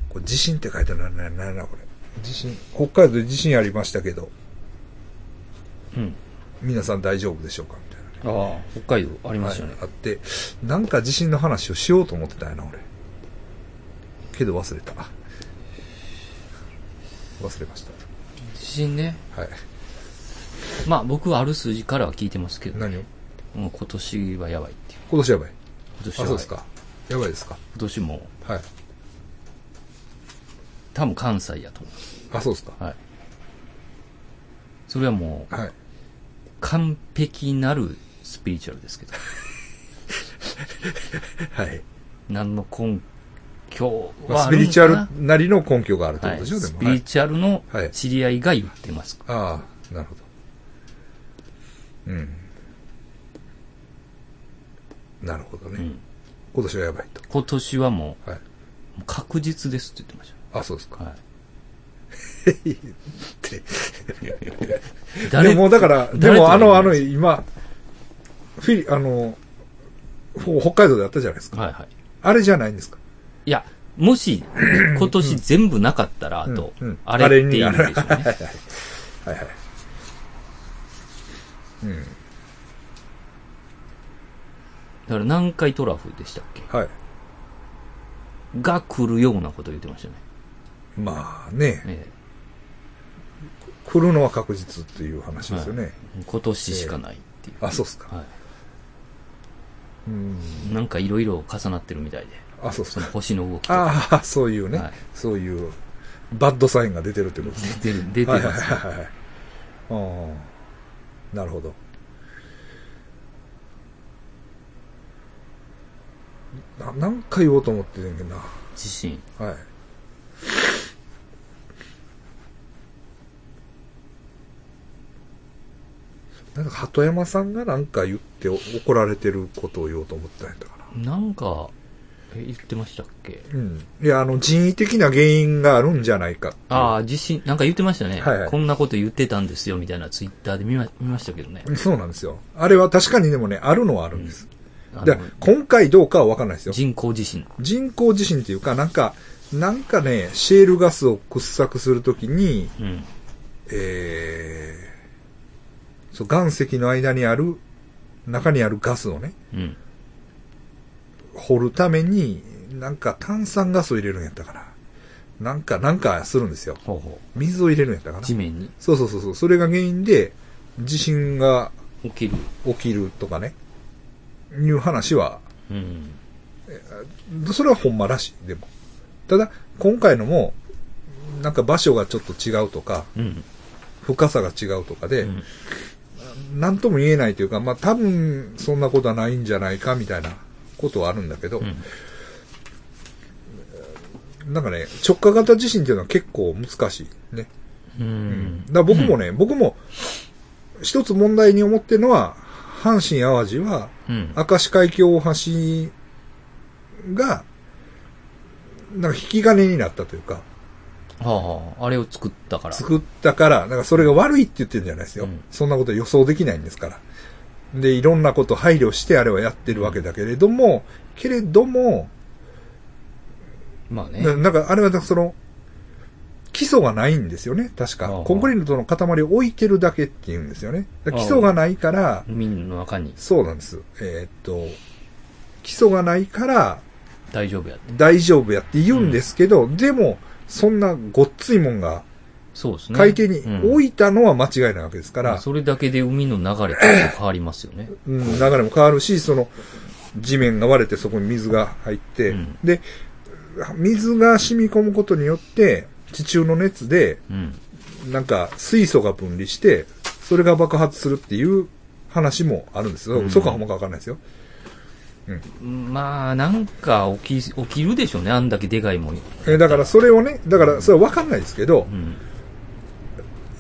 ー、これ地震って書いてあるな、な、な、な、これ。地震、北海道で地震ありましたけど、
え。うん。
皆さん大丈夫でしょうかみたいなね。
ああ、北海道ありましたね。
はいあって、なんか地震の話をしようと思ってたんやな、俺。けど忘れた。忘れまし
地震ね。
た。はい。
まあ僕はある数字からは聞いてますけど、
何を
もう今年はやばいっていう。
今年やばい。
今年
あ、
は
そうですか。やばいですか。
今年も、
はい。
多分関西やと思
あ、そうですか。
う。はい。それはもう、
はい。
完璧なるスピリチュアルですけど、
はい。
何の根拠
まあ
は
ス
あ
ピ
る
リ
の
チュ
かな
アルなりの根拠があるってこ
は
とで
い、
しょ、
ス
で
ピ
も。は
リ
い、
チュアルの
はい
知り合いが言ってます。
ああ、なるほど。うん。なるほどね。
うん、
今年はやばい
今年はも
と。はい。
う、もう確実ですって言ってまし
あ、そうです
た。
か。
はい
って。
誰
でもだから、で
誰と
も
は
あの、あ
言
の、
わない
今、フィリ、あの、ほ北海道でやったじゃないですか。
はいはい。
あれじゃないんですか。
いや、もし、今年全部なかったら、あと
うんうん、
あれっていう
あ
意
れ
味
に
でしょうね。
はいはい。うん。
だから南海トラフでしたっけ
はい。
が来るようなこと言ってましたね。
まあね、
え
来るのは確実っていう話ですよね。
え今年しかないっていう。
あ、そうですか。
は
うん。
い。なんかいろいろ重なってるみたいで。
あ、そうです
その
か。
星の動きとか
ああ、そういうね、
はい
そういう、バッドサインが出てるってことですね。
出てる、出て
はい
ま
はい
す。
はいはい。ああ、なるほど。な何回言おうと思ってんねんな。
地震。
はい。なんか鳩山さんがなんか言って怒られてることを言おうと思ったんやったか
なんか、え、言ってましたっけ
な。うん。いや、あの、人為的な原因があるんじゃないかっていう。
ああ、地震、なんか言ってましたね。
はいはい
こんなこと言ってたんですよ、みたいなツイッターで見ま見ましたけどね。
そうなんですよ。あれは確かにでもね、あるのはあるんです。
あの
で、今回どうかはわかんないですよ。
人工地震。
人工地震っていうか、なんか、なんかね、シェールガスを掘削するときに、
うん。
えー、そう、岩石の間にある、中にあるガスをね、
うん。
掘るために、なんか炭酸ガスを入れるんやったから。なんか、なんかするんですよ。
ほうほ
水を入れるんやったか
う。
な。
地面に
そうそうそうそう。それが原因で、地震が
起きる。
起きるとかね、いう話は、
うん。
それはほんまらしい、でも。ただ、今回のも、なんか場所がちょっと違うとか、
うん。
深さが違うとか
う
で、
ん。
なんとも言えないというか、まあ多分そんなことはないんじゃないかみたいなことはあるんだけど、
うん。
なんかね、直下型地震っていうのは結構難しいね。う
う
ん
ん
だから僕もね、僕も一つ問題に思ってるのは、阪神淡路は
うん。
明石海峡大橋が、なんか引き金になったというか、
はあはあ、あれを作ったから。
作ったから、なんかそれが悪いって言ってるんじゃないですよ。
うん
そんなことは予想できないんですから。で、いろんなこと配慮してあれはやってるわけだけれども、けれども、
まあね。
ななんかあれはその、基礎がないんですよね、確
ああ
か。コンクリートの塊を置いてるだけって言うんですよね。だから基礎がないから、
海の中に
そうなんです。えーっと、基礎がないから
大丈夫やって。
大丈夫やって言うんですけど、でも、そんなごっついもんが
そうですね。
海底に置
い
いたのは間違いなわけですから、
それだけで海の流れって変わりますよね。
うん、流れも変わるし、その、地面が割れてそこに水が入って、
うん
で、水が染み込むことによって、地中の熱で、
うん。
なんか水素が分離して、それが爆発するっていう話もあるんですよ。
うん
嘘かほんまかわかんないですよ。
まあ、なんか起き、起きるでしょうね、あんだけでかいもん。
えーだからそれをね、だからそれはわかんないですけど
う、ん。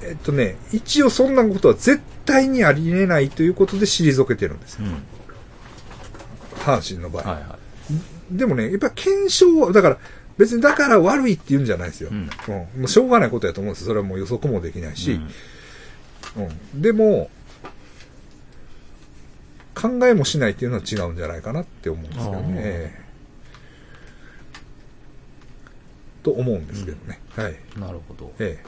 えっとね、一応そんなことは絶対にありえないということで退けてるんですよ。
うん。
阪神の場合。
はいは
でもね、やっぱ検証は、だから、別にだから悪いって言うんじゃないですよ。
う
うんん。もうしょうがないことやと思うんですそれはもう予測もできない
い。
し。
うん
うん。でも、考えもしないっていうのは違うんじゃないかなって思うんですけど
あー
ね。ええと思うんですけどね。はい。
なるほど。
え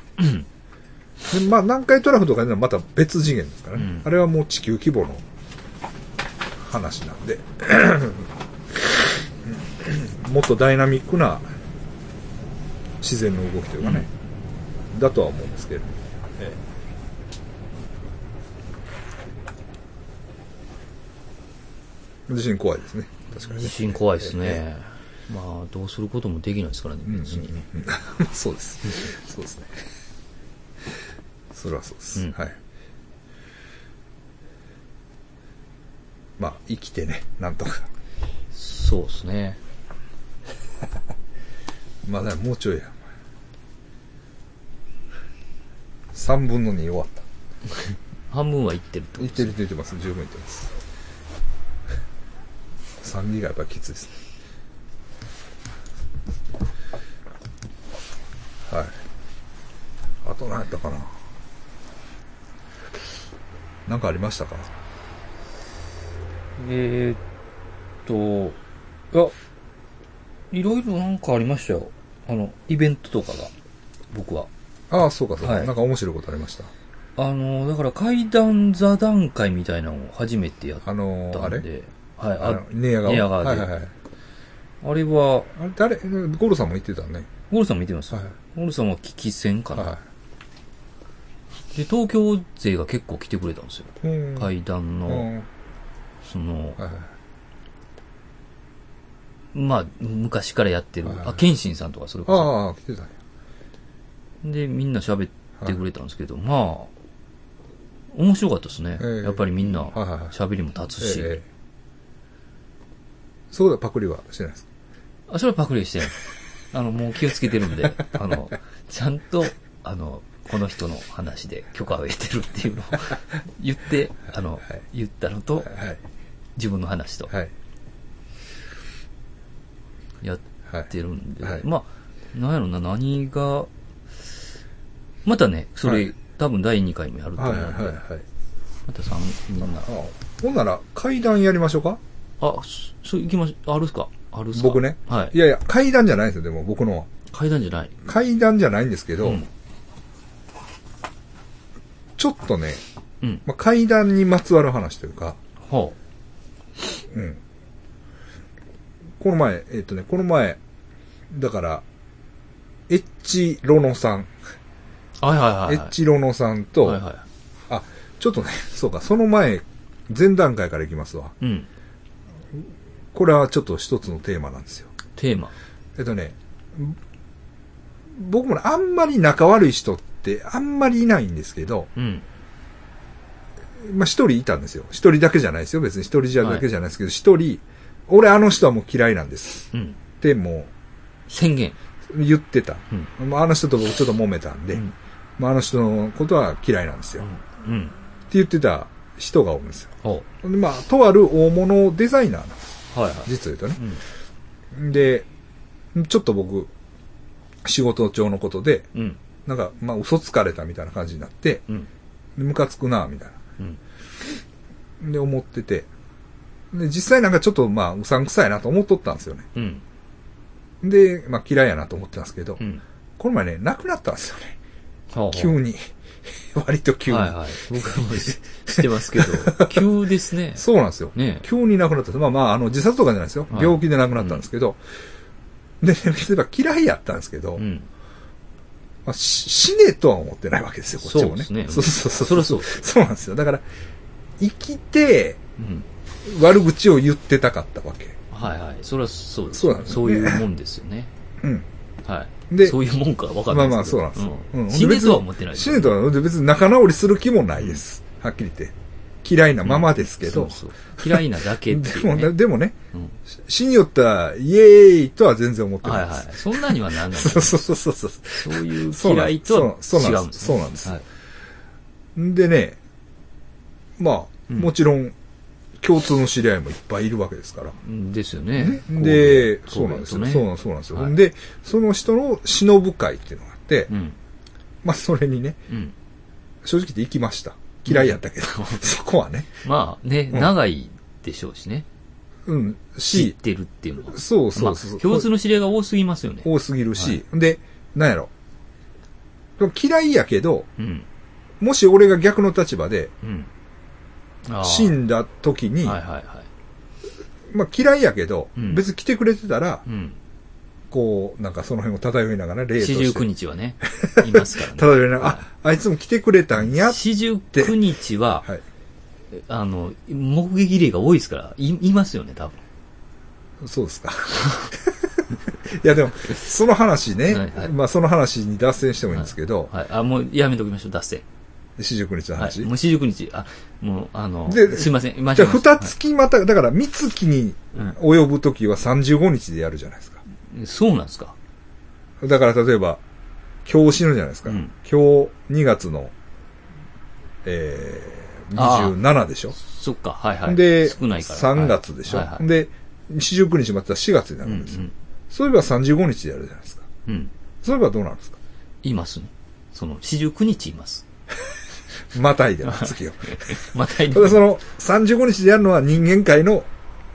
え。でまあ、南海トラフとかいうのはまた別次元ですからね。
うん
あれはもう地球規模の話なんで。もっとダイナミックな自然の動きというかね、だとは思うんですけど。ええ地震怖いですね。確かに
地
ね。
震怖いですね。まあ、どうすることもできないですからね、
うんうん
別に。
うん そうです。そうですね。それはそうです。
うん
はい。まあ、生きてね、なんとか。
そうですね。
まだもうちょいや。3分の2終わった。
半分はいってるってこ
い
と
ってるって言ってます。十分いってます。3ギがやっぱきついですね。はい。あと何やったかななんかありましたか
えーっと、あ、いろいろなんかありましたよ。あの、イベントとかが、僕は。
ああ、そうかそうか、
はい
なんか面白いことありました。
あの、だから階段座談会みたいなのを初めてやっ
あ
たん
のー、あれ
で、はい、
あの
あ、
ネア川。
寝屋川
はい
で
はいはい。
あれは、
あれ誰ゴルさんも言ってたね。
ゴールさん見てます、
はい。
ゴールさんは聞き戦かな、
は
で、東京勢が結構来てくれたんですよ。
い。うんはい。
階段
う
の、
ん。はい
その、
はい。
まあ、昔からやってる
はい、はい
あ、謙信さんとかそれこそ。
ああ、来てたね。
で、みんな喋ってくれたんですけど、まあ、面白かったですね。
ええ
やっぱりみんな、
はいはいはい。
喋りも立つし、
ええそうだ、パクリはしてないです。
あ、それはパクリしてない、あの、もう気をつけてるんで、あの、ちゃんと、あの、この人の話で許可を得てるっていうのを言って、あの、
はい
言ったのと、
はい。
自分の話と
はい。
やってるんで、
はいはい
まあ、なんやろな、何が、またね、それ、
はい
多分第2回もやると
は
思
い。
うん
は
で、
い。はい。
また3人な
あ。ほんなら、階段やりましょうか
あ、そそう、行きましょう。あるっすかあるっすか
僕ね。
はい。
いやいや、階段じゃないですよ、でも僕のは。
階段じゃない。
階段じゃないんですけど、
うん。
ちょっとね、
うん。
まあ、階段にまつわる話というか、
は
うん。この前、えっとね、この前、だから、エッチロノさん、
あ。はいはいはいはい。
エッチロノさんと、
はいは
あ、ちょっとね、そうか、その前、前段階からいきますわ。
い。うん。
これはちょっと一つのテーマなんですよ。
テーマ。
えっとね、ん僕もねあんまり仲悪い人ってあんまりいないんですけど、
うん。
まあ、一人いたんですよ。一人だけじゃないですよ。別に一人じゃだけじゃないですけど、一、人、俺あの人はもう嫌いなんです。
うん。
っても
宣言。
う言ってた。
うん。
まあ、あの人と僕ちょっと揉めたんで、
うん。
まあ、あの人のことは嫌いなんですよ。って
うん。うん。
言ってた人がおるんですよ。
ほ
でまあ、とある大物デザイナーなんです。
う。はいはい。
実を言うと
うん。
ね。で、ちょっと僕、仕事上のことで、
うん。
なんか、まあ、嘘つかれたみたいな感じになって、
うん。
でムカつくな、みたい
うん。
な。で、思ってて。で、実際なんかちょっと、まあ、うさんくさいなと思っとったんですよね。
うん。
で、まあ、嫌いやなと思ってたんですけど、
うん。
この前ね、亡くなったんですよね。
ほうほう
急に。 割と急に。
はいはい。僕もし知ってますけ ど、急ですね。
そうなんですよ。
ね
急に亡くなったんです。まあまあ、あの、自殺とかじゃないですよ。
はい
病気で亡くなったんですけど。で、別に言えば嫌いやったんですけど、
うん。
まあ、し死ねとは思ってないわけですよ、こっちもね。
そうですね
そうそうそう。
そりゃそうで
そうなんですよ。だから、生きて、
うん。
悪口を言ってたかったわけ。
はいはい。それはそうです。
そうなんですね
そういうもんですよね。
うん。
はい。
で
そういうもんかわかん
ま
な
あ
い
ま
で
あ、
す
そ
け
うな
ど。
んですよ。
うん
うん
死ねとは思ってない。
死ねとは思って別に仲直りする気もないです。はっきり言って。嫌いなままですけど。
そうそう嫌いなだけって
で
いう
も
ね
ね、。でもね、
うん
死によったら、イエーイとは全然思って
は
ないいで
は
す。
い。そんなにはなんない。
そうそうそうそう。
そういう
そうなん
嫌いとは
そう
違
なで
うんんですす。
そうなんです
はい。
でね、まあ、
うん
もちろん、共通の知り合いもいっぱいいるわけですから。
うんですよね。
で、
こ
そうなんですよ。
こ
そう
や
なん
と
そうなんですよ。
はい
で、その人の忍ぶ会っていうのがあって、
うん。
まあ、それにね、
うん。
正直言って行きました。嫌いやったけど、 そこはね、
まあね、
うん
長いでしょうしね。
うん、
知っ
し、
てるっていうのは。
そうそうそう。
まあ、共通の知り合いが多すぎますよね。
多すぎるし、で、なんやろ。でも嫌いやけど、
うん。
もし俺が逆の立場で、
うん。あー
死んだ時に、
はいはいは
まあ嫌いやけど、
うん
別に来てくれてたら
い。、うん。
こう、なんかその辺を漂いながら、例と
四十
し
九
て。
日はね、 いますからね。
漂いながら、あ、あいつも来てくれたんや。
四十九日は、
はい。
あの、目撃例が多いですから、い、いますよね、多分。
そうです か。いやでも、その話ね、
はいはい
まあその話に脱線してもいいんですけど、
はい。あ、もうやめときましょう、脱線。
四十九日の
は
話。
い。もう四十九日、あ、もう、あの、
です
いません、間違
じ
え
ゃあ
ま
二
した
月また、だから三月に
はい
及ぶ時は35日でやるじゃないですか。
うん。そうなんですか。
だから例えば、今日死ぬじゃないですか。
うん
今日2月の、えー、27でしょ。
そっか、はいはい。
で、
少ないから。
3月でしょ。
はいはい、
で、四十九日また4月にな
うん
る
うん
ですよ。
ん。
そういえば35日でやるじゃないですか。
うん。
そういえばどうなんですか
いますね。その、四十九日います。
またいでます、月を。
またい
ただその、35日でやるのは人間界の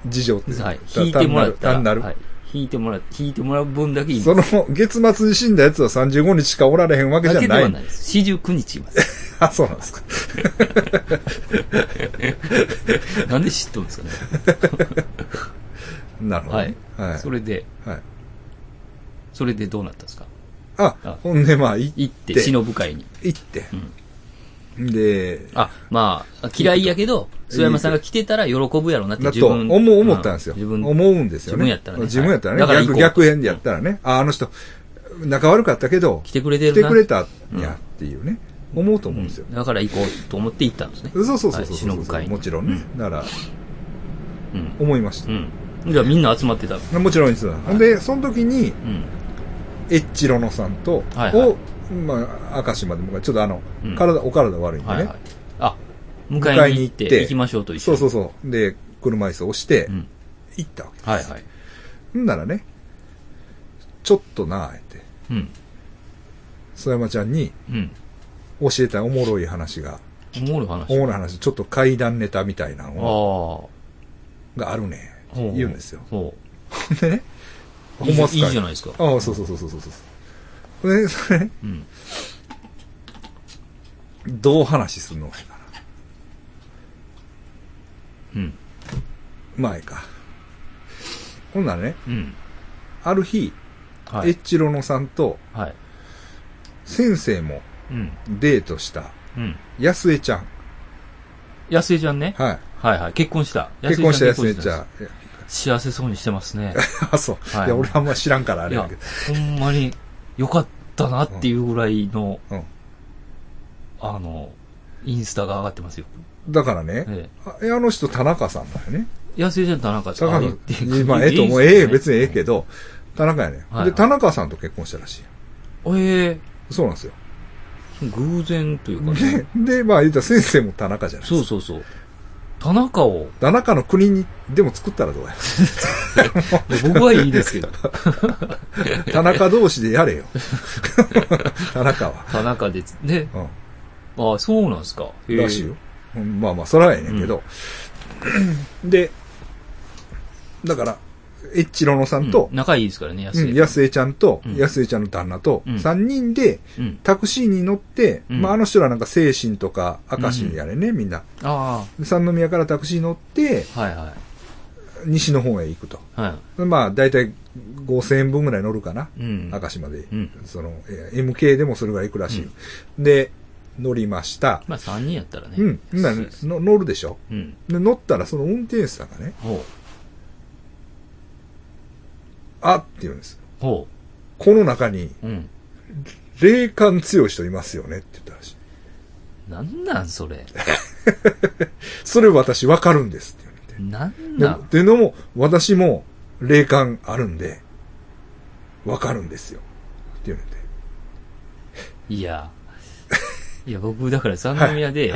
事情ってう。
はい。
た
引いてもらったら。
単なる。
はい。引いてもら、引いてもらう分だけいい
その、月末に死んだやつは35日しかおられへんわけじ
だ
ゃ
けで
ない。
はないです。四十九日います。
あ、そうなんですか。
なんで知っとるんですかね。
なるほど。
はい。
はい。
それで、
はい。
それでどうなったんですか
あ、
あ
ほんで、まあ、い
行って、忍ぶ会に。
行って。で、
あ、まあ、嫌いやけど、諏訪山さんが来てたら喜ぶやろうなって
だ
自
と
分。
思う、思ったんですよ。
う自分。
思うんですよね。
自分やったらね
自分やったらね。
はいだから
逆、
行こう
逆変でやったらね。あ、あの人、仲悪かったけど、
来てくれて
来
る
て
な。
くれたんやっていうね。思うと思うんですよ
う。んだから行こうと思って行ったんですね。
そうそうそうそう
はい
そう。
忍ぶ会に
もちろんね。だから、
うん。
思いまし
うん。じゃあみんな集まってた。
た。もちろんです。で、その時に、
うん。
エッチロノさんと、
はいはい
をまあ、明石まで向かうちょっとあの、
うん
体、お体悪いんでね。
はいはい。あ、迎えに行って、
迎えに
行きましょうと一緒
そう
に
そうそう。で、車椅子を押して
う、ん。
行ったわけです。
はいはい。
んならね、ちょっとなあ、って、
うん。
曽山ちゃんに
うん。
教えたいおもろい話が、
おもろい話。
おもろい話、ちょっと怪談ネタみたいな
ああ
のがあるねん
ほ。
言うんですよ。
ほ
でね、
う。いいじゃいいじ
ない
ゃないですか。
ああ、そうそうそうそうそうそう。で、それ、
うん。
どう話すんのがいいかな。
うん。
前か。ほんならね、
うん。
ある日、
は
エッ
い。
チロノさんと
はい。
先生も
うん。
デートした
うん。
安江ちゃん。
安江ちゃんね。
はい。
はいはい。結婚した。
結婚した安江ち
結
ゃ
婚
ん。いや
した幸せそうにしてますね。
あ、そう。
はい
いや、俺あんま知らんからあ
い
れや
や
けど。、
ほんまに良かったなっていうぐらいの、
うん。
あの、インスタが上がってますよ。
だからね、
え
ああの人田中さんだよね。
え。安江ちゃん田中さん。
高
あ言ってい い
野。まあ、ええと思う。ええ、別にええけ
ど。
ど、田中やね。
はいはい
で、田中さんと結婚したらしいよ。
え
そうなんですよ。
え、偶然というかね。
で、 で、まあ言ったら先生も田中じゃないですか。
そうそうそう。田中を、
田中の国にでも作ったらど うや。
僕はいいですけど。
田中同士でや れよ。田中は。
田中で、ね。
うん。
ああ、そうなんですか。へえ
らしいよ。。うんまあまあ、そらええねんけど。 で、だから、エッチロノさんと
うん、仲いいですからね、安
う
江。
ん、安江ちゃんと
う、ん
安江ちゃんの旦那と
う、ん
三人で、
うん。
タクシーに乗って、
うん
まああの人らなんか精神とか、明石やれね、みんな。
あ
で三宮からタクシー乗って、
あ、はいは
西の方へ行くと。
い。は
まあ、だいたい5000円分ぐらい乗るかな。
い。うん。
明石まで。
うん
その、えー MK でもそれぐらい行くらしいよ。で、乗りました。
まあ、3人やったらね。
うん。ほんなら
安いです
の乗るでしょ。
うん。
で乗ったらその運転手さんがね、
ほう。
あって言うんです。
ほ
この中に
う。うん。
霊感強い人いますよねって言ったらしい。
なんなんそれ。
それ私わかるんですって
なん
言
な
われて。
ん
で、でのも、私も霊感あるんで、わかるんですよ。って言うんで。
いや。いや、僕、だから三宮
はいは
で
い、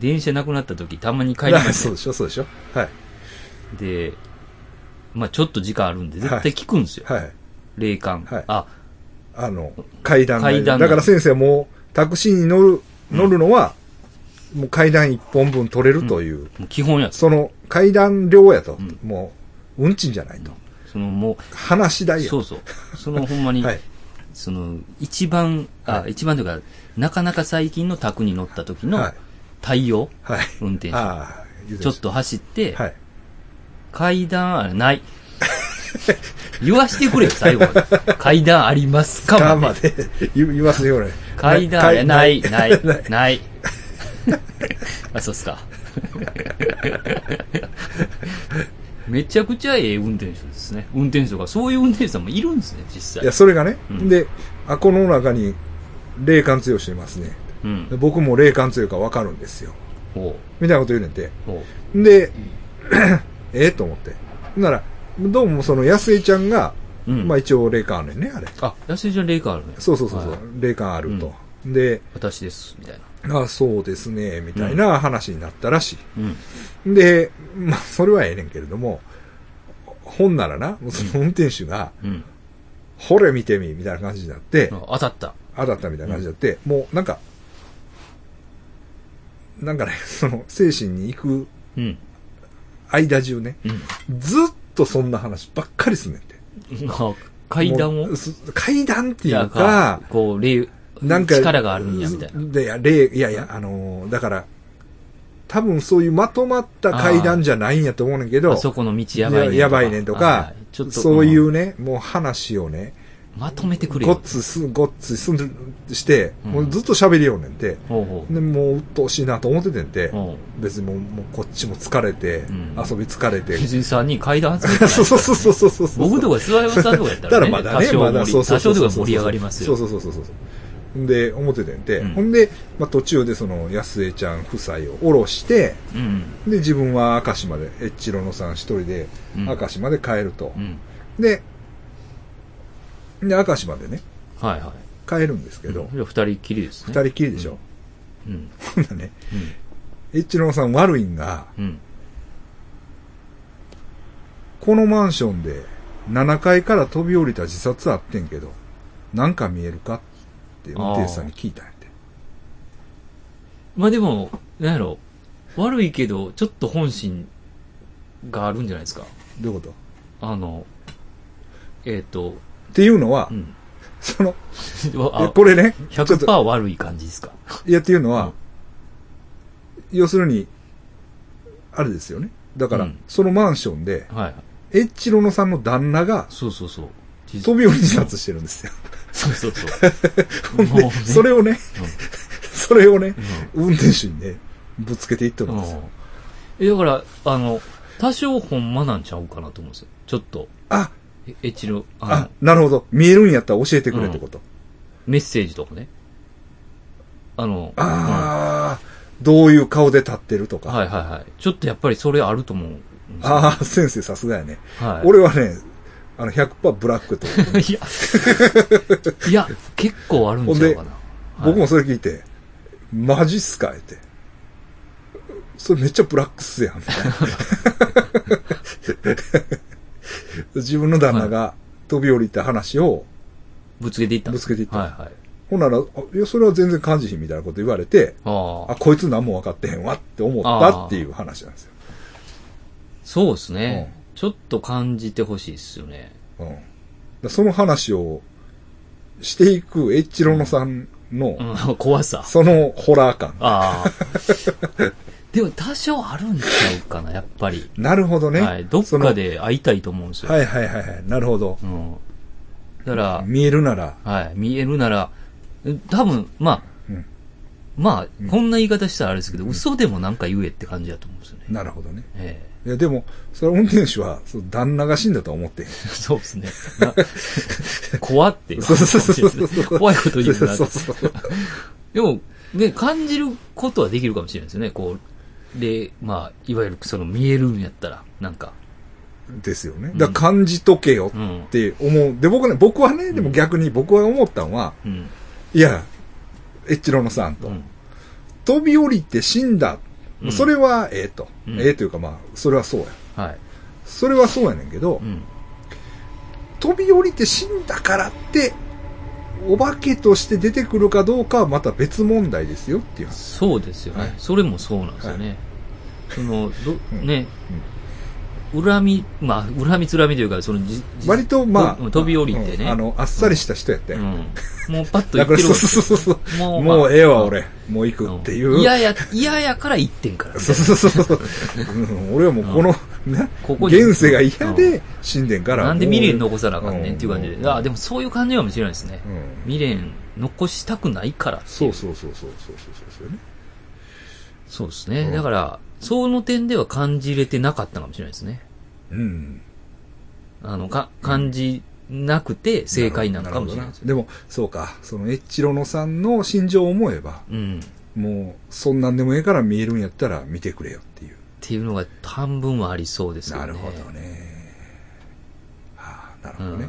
電車なくなった時、たまに帰りまし
そうでしょ、そうでしょ。はい。
た。で、まあ、ちょっと時間あるんで、絶対聞くんですよ。
はい。
霊感
はい。
あ、
あの、階段が
階段が
だから先生はもう、タクシーに乗る、乗るのは、もう階段一本分取れるという、
もう基本やつ。
その階段量やと、
ん
もう、運賃じゃないと。
その、も
話し
う、
代や。
そうそう。その、ほん まに
は、い。
その、一番、あ、
は
一番というか、なかなか最近の宅に乗った時
は
の
い
対応、
はい。
運転手。
ああ、言うて
ちょ
ま
っ
した
と走って、
はい。
階段あない。 言わしてくれよ、最後まで。階段ありますか
か
ま
ま
で。
で、言言いますよ、俺。
階段あ
か
ない、 ない、ない。 あ、そうっすか。 めちゃくちゃええ運転手ですね。運転手が、そういう運転手さんもいるんですね、実
いや、
際。
それがね、
うん
で、あ、この中に、霊感強いしてますね。
うん。
僕も霊感強いからわかるんですよ。
ほ
みたいなこと言うねんて。
う、ほ
で、 ええと思って。ほんなら、どうもその安江ちゃんが、
う。うん。
まあ一応霊感あるねんね、あれ。
あ、安井ちゃん霊感あるね。
そうそうそうそう、
はい
霊感あると。で、
私です、みたいな。
あ、そうですね、みたいな話になったらしい。
うん。
で、まあ、それはええねんけれども、本ならな、その運転手が、
うん。
ほれ見てみ、みたいな感じになって、
あ当たった。
当たったみたいな感じになって、もうなんか、なんかね、 その、精神に行く
うん。
間中ね、
うん。
ずっとそんな話ばっかりすんねんて。
あ階段を
もうす階段って
い
い
や
うか、
こう、霊、
なんか、
力があるんや、みたいな。
でいや、例、いやいや、あのーだから、多分そういうまとまった階段じゃないんやと思うねんけど、
あそこの道やばいねんとか。
やばいねんと
は
か
い、ちょっと、
そうい
ん
うね、もう話をね、
まとめてくれ
ごっ
よ。
つす、ごっつすんして、
うん
もうずっと喋りようねんて、
ほうほ
でもう鬱陶しいなと思っててんて
う。、ほ
別にもうもうこっちも疲れて、
ん
遊び疲れ
う。
て、
別に3人階段集めてない
そうそうそうそうそうそうそう。
僕とか諏訪山さんとかやったらね、
だからまだね、
多少
ま
盛り
だそうそう
多
そう
少
そ
と
う。
か盛り上がります
そ
よ
う。そうそうそうそう。んで、思っててんて、
うん
ほんで、まあ、途中でその、安江ちゃん夫妻を降ろして、
うん。
で、自分は明石まで、エッチロノさん一人で、
うん
明石まで帰ると
う。ん。
で、で、明石までね、
はいはい。
帰るんですけど、
じゃあ二人きりです
二
ね。
人きりでしょ。
うん。
ほんな ね、エッチロンさん悪いんが、
うん。
このマンションで7階から飛び降りた自殺あってんけど、なんか見えるかって運転手さんに聞いたんやて。
まあでも、なんやろ。悪いけど、ちょっと本心があるんじゃないですか。
どういうこと
あの、えっ、と、
っていうのは、
うん。
その、
あ
えこれね、ちょっと、
100%悪い感じですか。
いやっていうの
う
は
ん、
要するに、あれですよね。だから、
うん
そのマンションで、
はい。
エッチロノさんの旦那が
そうそうそう。
飛び降り自殺してるんですよ。
そうそうそう。もうね
それをね、それをね、運転手にね、ぶつけていって
う
る
ん
ん
うん
ですよ。
えだから、あの、多少ほんまなんちゃうかなと思うんですよ。ちょっと、
あ、
えエチの、あの
あ、なるほど。見えるんやったら教えてくれってこと。
メッセージとかね。あの、
ああ、どういう顔で立ってると
う
か。
んはいはいはい。ちょっとやっぱりそれあると思うんですよ。
ああ、先生さすがやね。
はい。
俺はね、あの、100%ブラックと。
いや、いや、結構あるんちゃうかな。
僕
は
も
い
それ聞いて、マジっすかって。それめっちゃブラックっすやん、みたいな。自分の旦那が飛び降りた話を、
ぶつけていったんです
ぶつけていった
はいはい。
ほんなら、あいや、それは全然感じひんみたいなこと言われて、
あ
あ、
あ、
こいつ何も分かってへんわって思ったっていう話なんですよ。
そうですね。ちょっと感じてほしいですよね。
うん。だからその話をしていくエッチロノさんの、
うん、怖さ。
そのホラー感。
ああ。でも多少あるんちゃうかな、やっぱり。
なるほどね。
はい。どっ
その
かで会いたいと思うんですよ。
はいはいはいはい。なるほど。
うん。だから、
見えるなら、
はい。見えるなら、多分、まあ、
うん
まあ、こんな言い方したらあれですけど、嘘でもなんか言えって感じだと思うんですよね。
なるほどね。
え
いや、でも、それは運転手は、その旦那が死んだとは思ってへん。
えそうですね。な怖って いう
そうそうそうそうそう。
怖いこと言うな
そ
と
う。そうそう。
でも、ね、感じることはできるかもしれないですよね。こう、で、まあ、いわゆるその見えるんやったら、なんか。
ですよね。だから感じとけよ
うん
っ。て思う。で、僕ね、僕はね、でも逆に僕は思ったのは、
うん。
いや、エッチロノさんと、
うん。
飛び降りて死んだ。
うん
それは、ええと。
うん
ええというかまあ、それはそうや。
はい。
それはそうやねんけど、
うん。
飛び降りて死んだからって、お化けとして出てくるかどうかはまた別問題ですよっていう話。
そうですよね、
はい
それもそうなんですよね。その、ど、
うん
ね、恨み、まあ、恨みつらみというか、そのじ、じ
割とま
う
あ、
ん飛び降りて
う
ね
んあの、あっさりした人やった
う
よ
ん。もうパッと
だ
言っ
か
て
ら、そう
る
そうそうそう。
も
も
うま
う
あ
ええわ、俺。もう行くっていう。
嫌や、嫌やから言ってんから、ね。
そうそうそうそう。うん俺はもうこの、ね、
ここに
現世が嫌で死んでんから。
なんで
もう
未練残さなあかんねんっていう感じ
うん
で。あ、でもそういう感じかもしれないですね。
うん
未練残したくないからってい
そうそうそうそうそうそうそうそうよね。
そうですね。
うん
だから、その点では感じれてなかったかもしれないですね。
うん。
あの、か、感じなくて正解なのかもしれないですよ。
でも、そうか。そのエッチロノさんの心情を思えば、
うん。
もう、そんなんでもええから見えるんやったら見てくれよっていう。
っていうのが半分はありそうですよね。
なるほどね。はあ、なるほどね。
う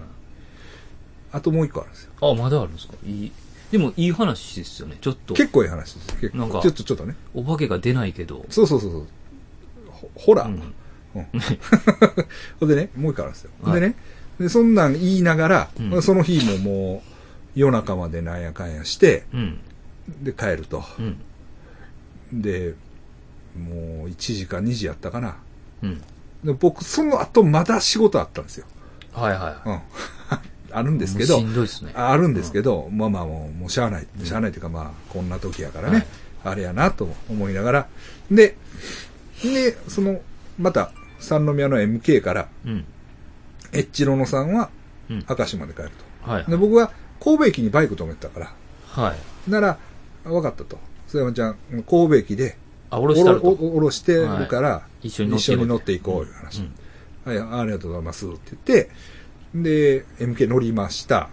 あともう一個あるんですよ。
ん、あ、まだあるんですかいい。でもいい話ですよね。ちょっと、
結構いい話です。結構
なんか
ちょっと、ちょっとね。
お化けが出ないけど。
そうそうそうそう。ほほら。
うん。
ほんでね、もう一個あるんですよ。
はい
でね、でそんなん言いながら、
うん
その日ももう夜中までなんやかんやして、
うん。
で、帰ると。
うん。
で、もう1時か2時やったかな。
うん。
で僕、その後まだ仕事あったんですよ。
はいは
うん。 あるん
い。
ですけど
もうし、んどいですね。
ああるんですけど、まあまあもう、もうしゃあない、しゃあないというかまあ、こんな時やからね、あれやなと思いながら、で、で、その、また、三宮の MK から、
うん。
エッチロノさんは
うん。
明石まで帰ると。
はい。
で僕は神戸駅にバイク止めてたから、
はい。
なら、分かったと。須山ちゃん、神戸駅で、
あ、おろした
おろ
らと。
おおろしてるから、
一緒に乗って
一緒に乗っていこういう話、はい、ありがとうございますって言って、で、MK 乗りました。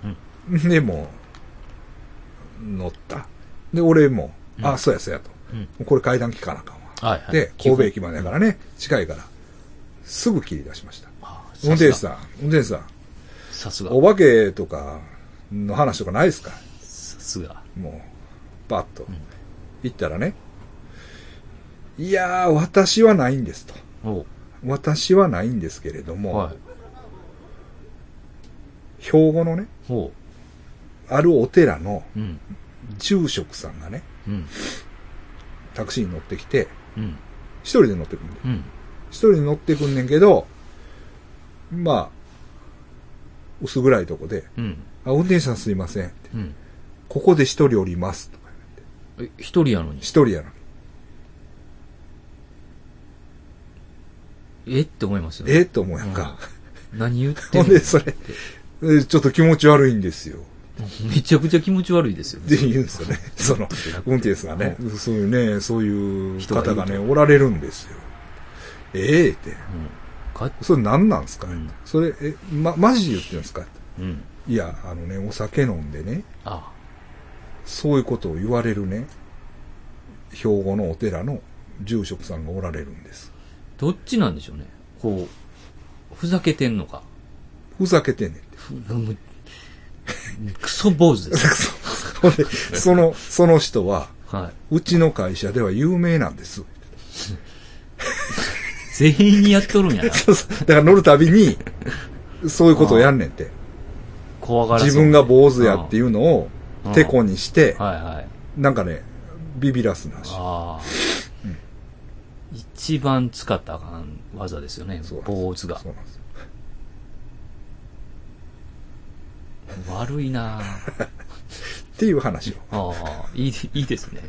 で、もう乗った。で、俺も、
うん
あ、そうやそうやと。も
うん。
うこれ階段聞かなあかんわ。
はいはい。
で、神戸駅までやからね、近いから、すぐ切り出しました。
あ。
運転手
さ
さん、運転手さん、
すが。さすが。
お化けとかの話とかないですか
すが。
もう、バッと、行ったらね、いやー、私はないんですと。
お
私はないんですけれども、
はい。
兵庫のね、
お
あるお寺の
うん。
住職さんがね、
うん。
タクシーに乗ってきて、
うん。
一人で乗ってくんねん
うん。
一人で乗ってくんねんけど、まあ、薄暗いとこで、
うん。
あ、運転手さんすいませんって。
うん。
ここで一人おります。とか言って
え、一人やのに
一。人やのに。
えって思いますよね。
えと思うやんか。
何言って
ほ
ん
ん
の
で、それ、えちょっと気持ち悪いんですよ。
めちゃくちゃ気持ち悪いですよ
って
ね。
言うんです よね。その、運転手さんがね、そういうね、そういう
人がい
方
ると
がね、おられるんですよ。ええって。
うん。か
それ何なんすか、
うん
それ、え、ま、マジで言ってるんですか
うん。
いや、あのね、お酒飲んでね、
あ
そういうことを言われるね、兵庫のお寺の住職さんがおられるんです。
どっちなんでしょうね。こう、ふざけてんのか。
ふざけ てんねんって。
ふもうクソ坊主です。
ほんでその、その人は、
は
うちの会社では有名なんです。
い。全員にやっとるんやな。
そうそうだから乗るたびに、そういうことをやんねんって。
怖がら
自分が坊主やって
い
いうのを
うん
てこにして、
はいはい。
なんかね、ビビらすなし。
ああ。一番使ったらあかん技ですよね
そう。
坊主が
そ。うなんですよ
悪いなあ
っていう話を
ああ、いい、いいですね。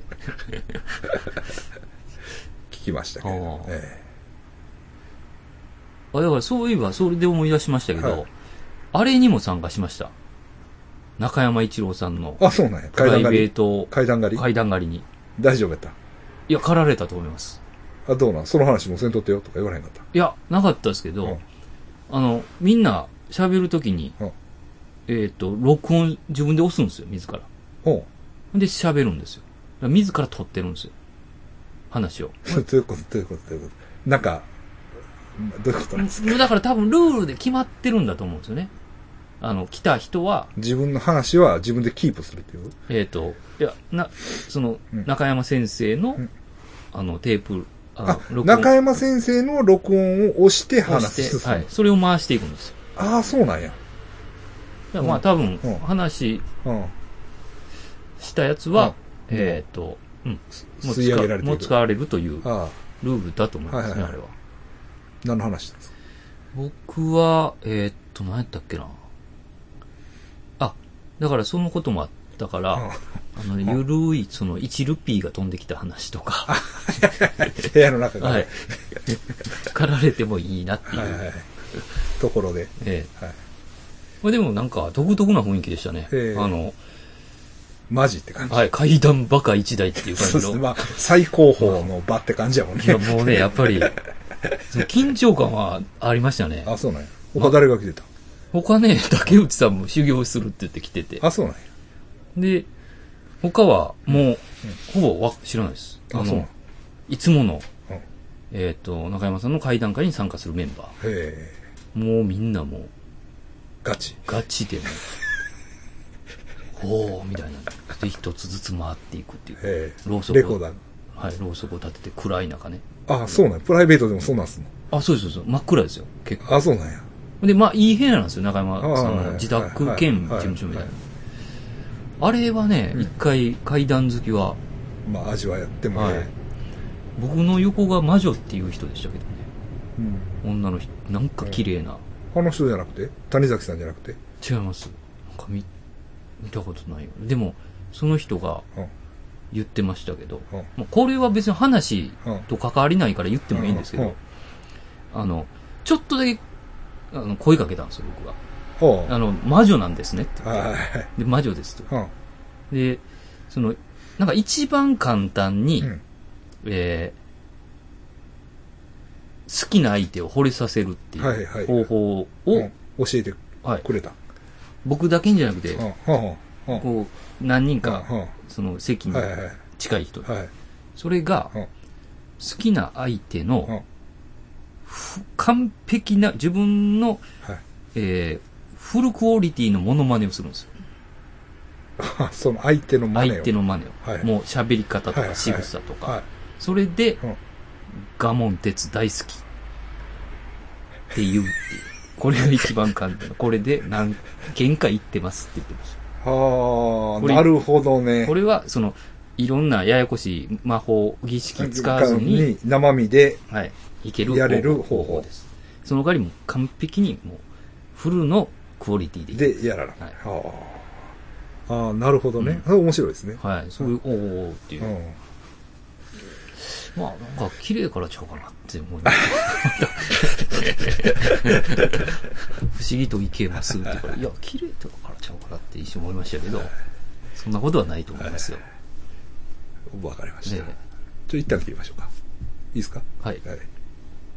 聞きましたけど
あ。ー
え
あ、だからそういえば、それで思い出しましたけど、
はい
あれにも参加しました。中山一郎さんの
えあ、そうなんや。
プ
階
ラ
段
イベ
狩
ー
り。
ト
階段狩り
階段狩りに。
大丈夫やった。
いや、狩られたと思います。
あ、どうなんその話もせんとってよとか言われへんかった。
いや、なかったですけど、
うん
あの、みんな喋るときに、
うん
えっ、と、録音自分で押すんですよ、自ら。
ほ
で、喋るんですよ。だから自ら撮ってるんですよ。話を。
う。 ということ、ということ、ということ。なんか、どういうことなんですか
だから多分ルールで決まってるんだと思うんですよね。あの、来た人は、
自分の話は自分でキープするっていう。
えっ、と、いや、な、その
うん、
中山先生の、
うん
あの、テープ、あ
あ
の、、
中山先生の録音を押して
を
話
して、
す。
はい、それを回していくんですよ。
ああ、そうなんや。
だからまあ多分
うん、
話
うん。
したやつは、
うん
えっ、と、うん、もう
吸い
使
上げられてい
もう
く
使。われるという
ああ、
ルールだと思いますね、
はいはいはい
あれは。
何の話ですか
僕は、えーっと、何やったっけな。あ、だからそのこともあったから、
うん
あのね、ゆるい、その、1ルピーが飛んできた 話とか、
部屋の中から。
はい。狩られてもいいなっていう。
はいはいはい。ところで。
ええ
はい
まあでもなんか、独特な雰囲気でしたね。
ええ
あの、
マジって感じ。
はい、階段バカ一台っていう
そうで
感じ
す
の。
ね。まあ、最高峰の場って感じやもんね
い。や、もうね、やっぱり、その緊張感はありましたね。
あ、そうなんや。他誰が来てた
他ね、竹内さんも修行するって言って来てて。
あ、そうなんや。
で、他はもう、ほぼわ知らないです。
あ、そうなんや。
いつもの、
うんへ
えっ、と、中山さんの会談会に参加するメンバ
え。
ー。もうみんなもう、
ガチ。
ガチでね、 おー、みたいな。で、一つずつ回っていくっていう。
へえ。
ろうそく
レコーダー。
はい、ろうそくを立てて暗い中ね。
あ、そうなんや。プライベートでもそうなんすの。
あ、そうです、そうです。真っ暗ですよ、結構。
あ、そうなんや。
で、まあ、いい部屋なんですよ、中山さ
あ
ん
あは
の
い
自宅兼事務所みたい
は。
ないあれはね、一回階段好きは、
まあ、味わやっても
は
ね
い。僕の横が魔女っていう人でしたけどね。
うん
女の人、なんか綺麗な。
あの人じゃなくて谷崎さんじゃなくて
違います。なんか見、見たことないよ。でも、その人が
う
言ってましたけど、
うん
まあこれは別に話
うん
と関わりないから言ってもいいんですけど、
うんうん
あの、ちょっとだけ、あの、声かけたんですよ、僕が。
ん。は
あの、魔女なんですねって。
あ。はい。
で、魔女ですと。
う
で、その、なんか一番簡単に、
ん。うん。
えー好きな相手を惚れさせるって
はい
い
はいう
方法を、
うん教えて
はい
くれた。
僕だけじゃなくて
うん。、うん。うん。うん。
こう、何人か、
うん。
その席に
はいはいはい。
近い人、
はい。
それが、
うん
好きな相手
うん。は
のふ完璧な、自分の、
い。
えーフルクオリティのモノマネをするんですよ。
あその相手の真似を。
相手の真似を。
はい
もう喋り方と
はいは
か
い
仕草とか。
はい
それで、
うん
ガモン鉄大好き。って言うっていう。これが一番簡 単。これで何件か行ってますって言ってました。
はあ、
これ
なるほどね。
これは、その、いろんなややこしい魔法、儀式使わずに、
生身で、
はい、いける
やれる方法
方法です。その代わりもう完璧に、もう、フルのクオリティでいく
で、やらな。
はい
はあ。ああ、なるほどね。あ面白いですね。
はい、そういう、おーおーっていうう。
ん。
まあ、なんか、綺麗からちゃうかなって思います。不思議といけますってから、いや、綺麗とからちゃうかなって一瞬思いましたけど、そんなことはないと思いますよ。
わかりました。
ね
ちょ、一旦切りましょうか。いいですか
はい。
はい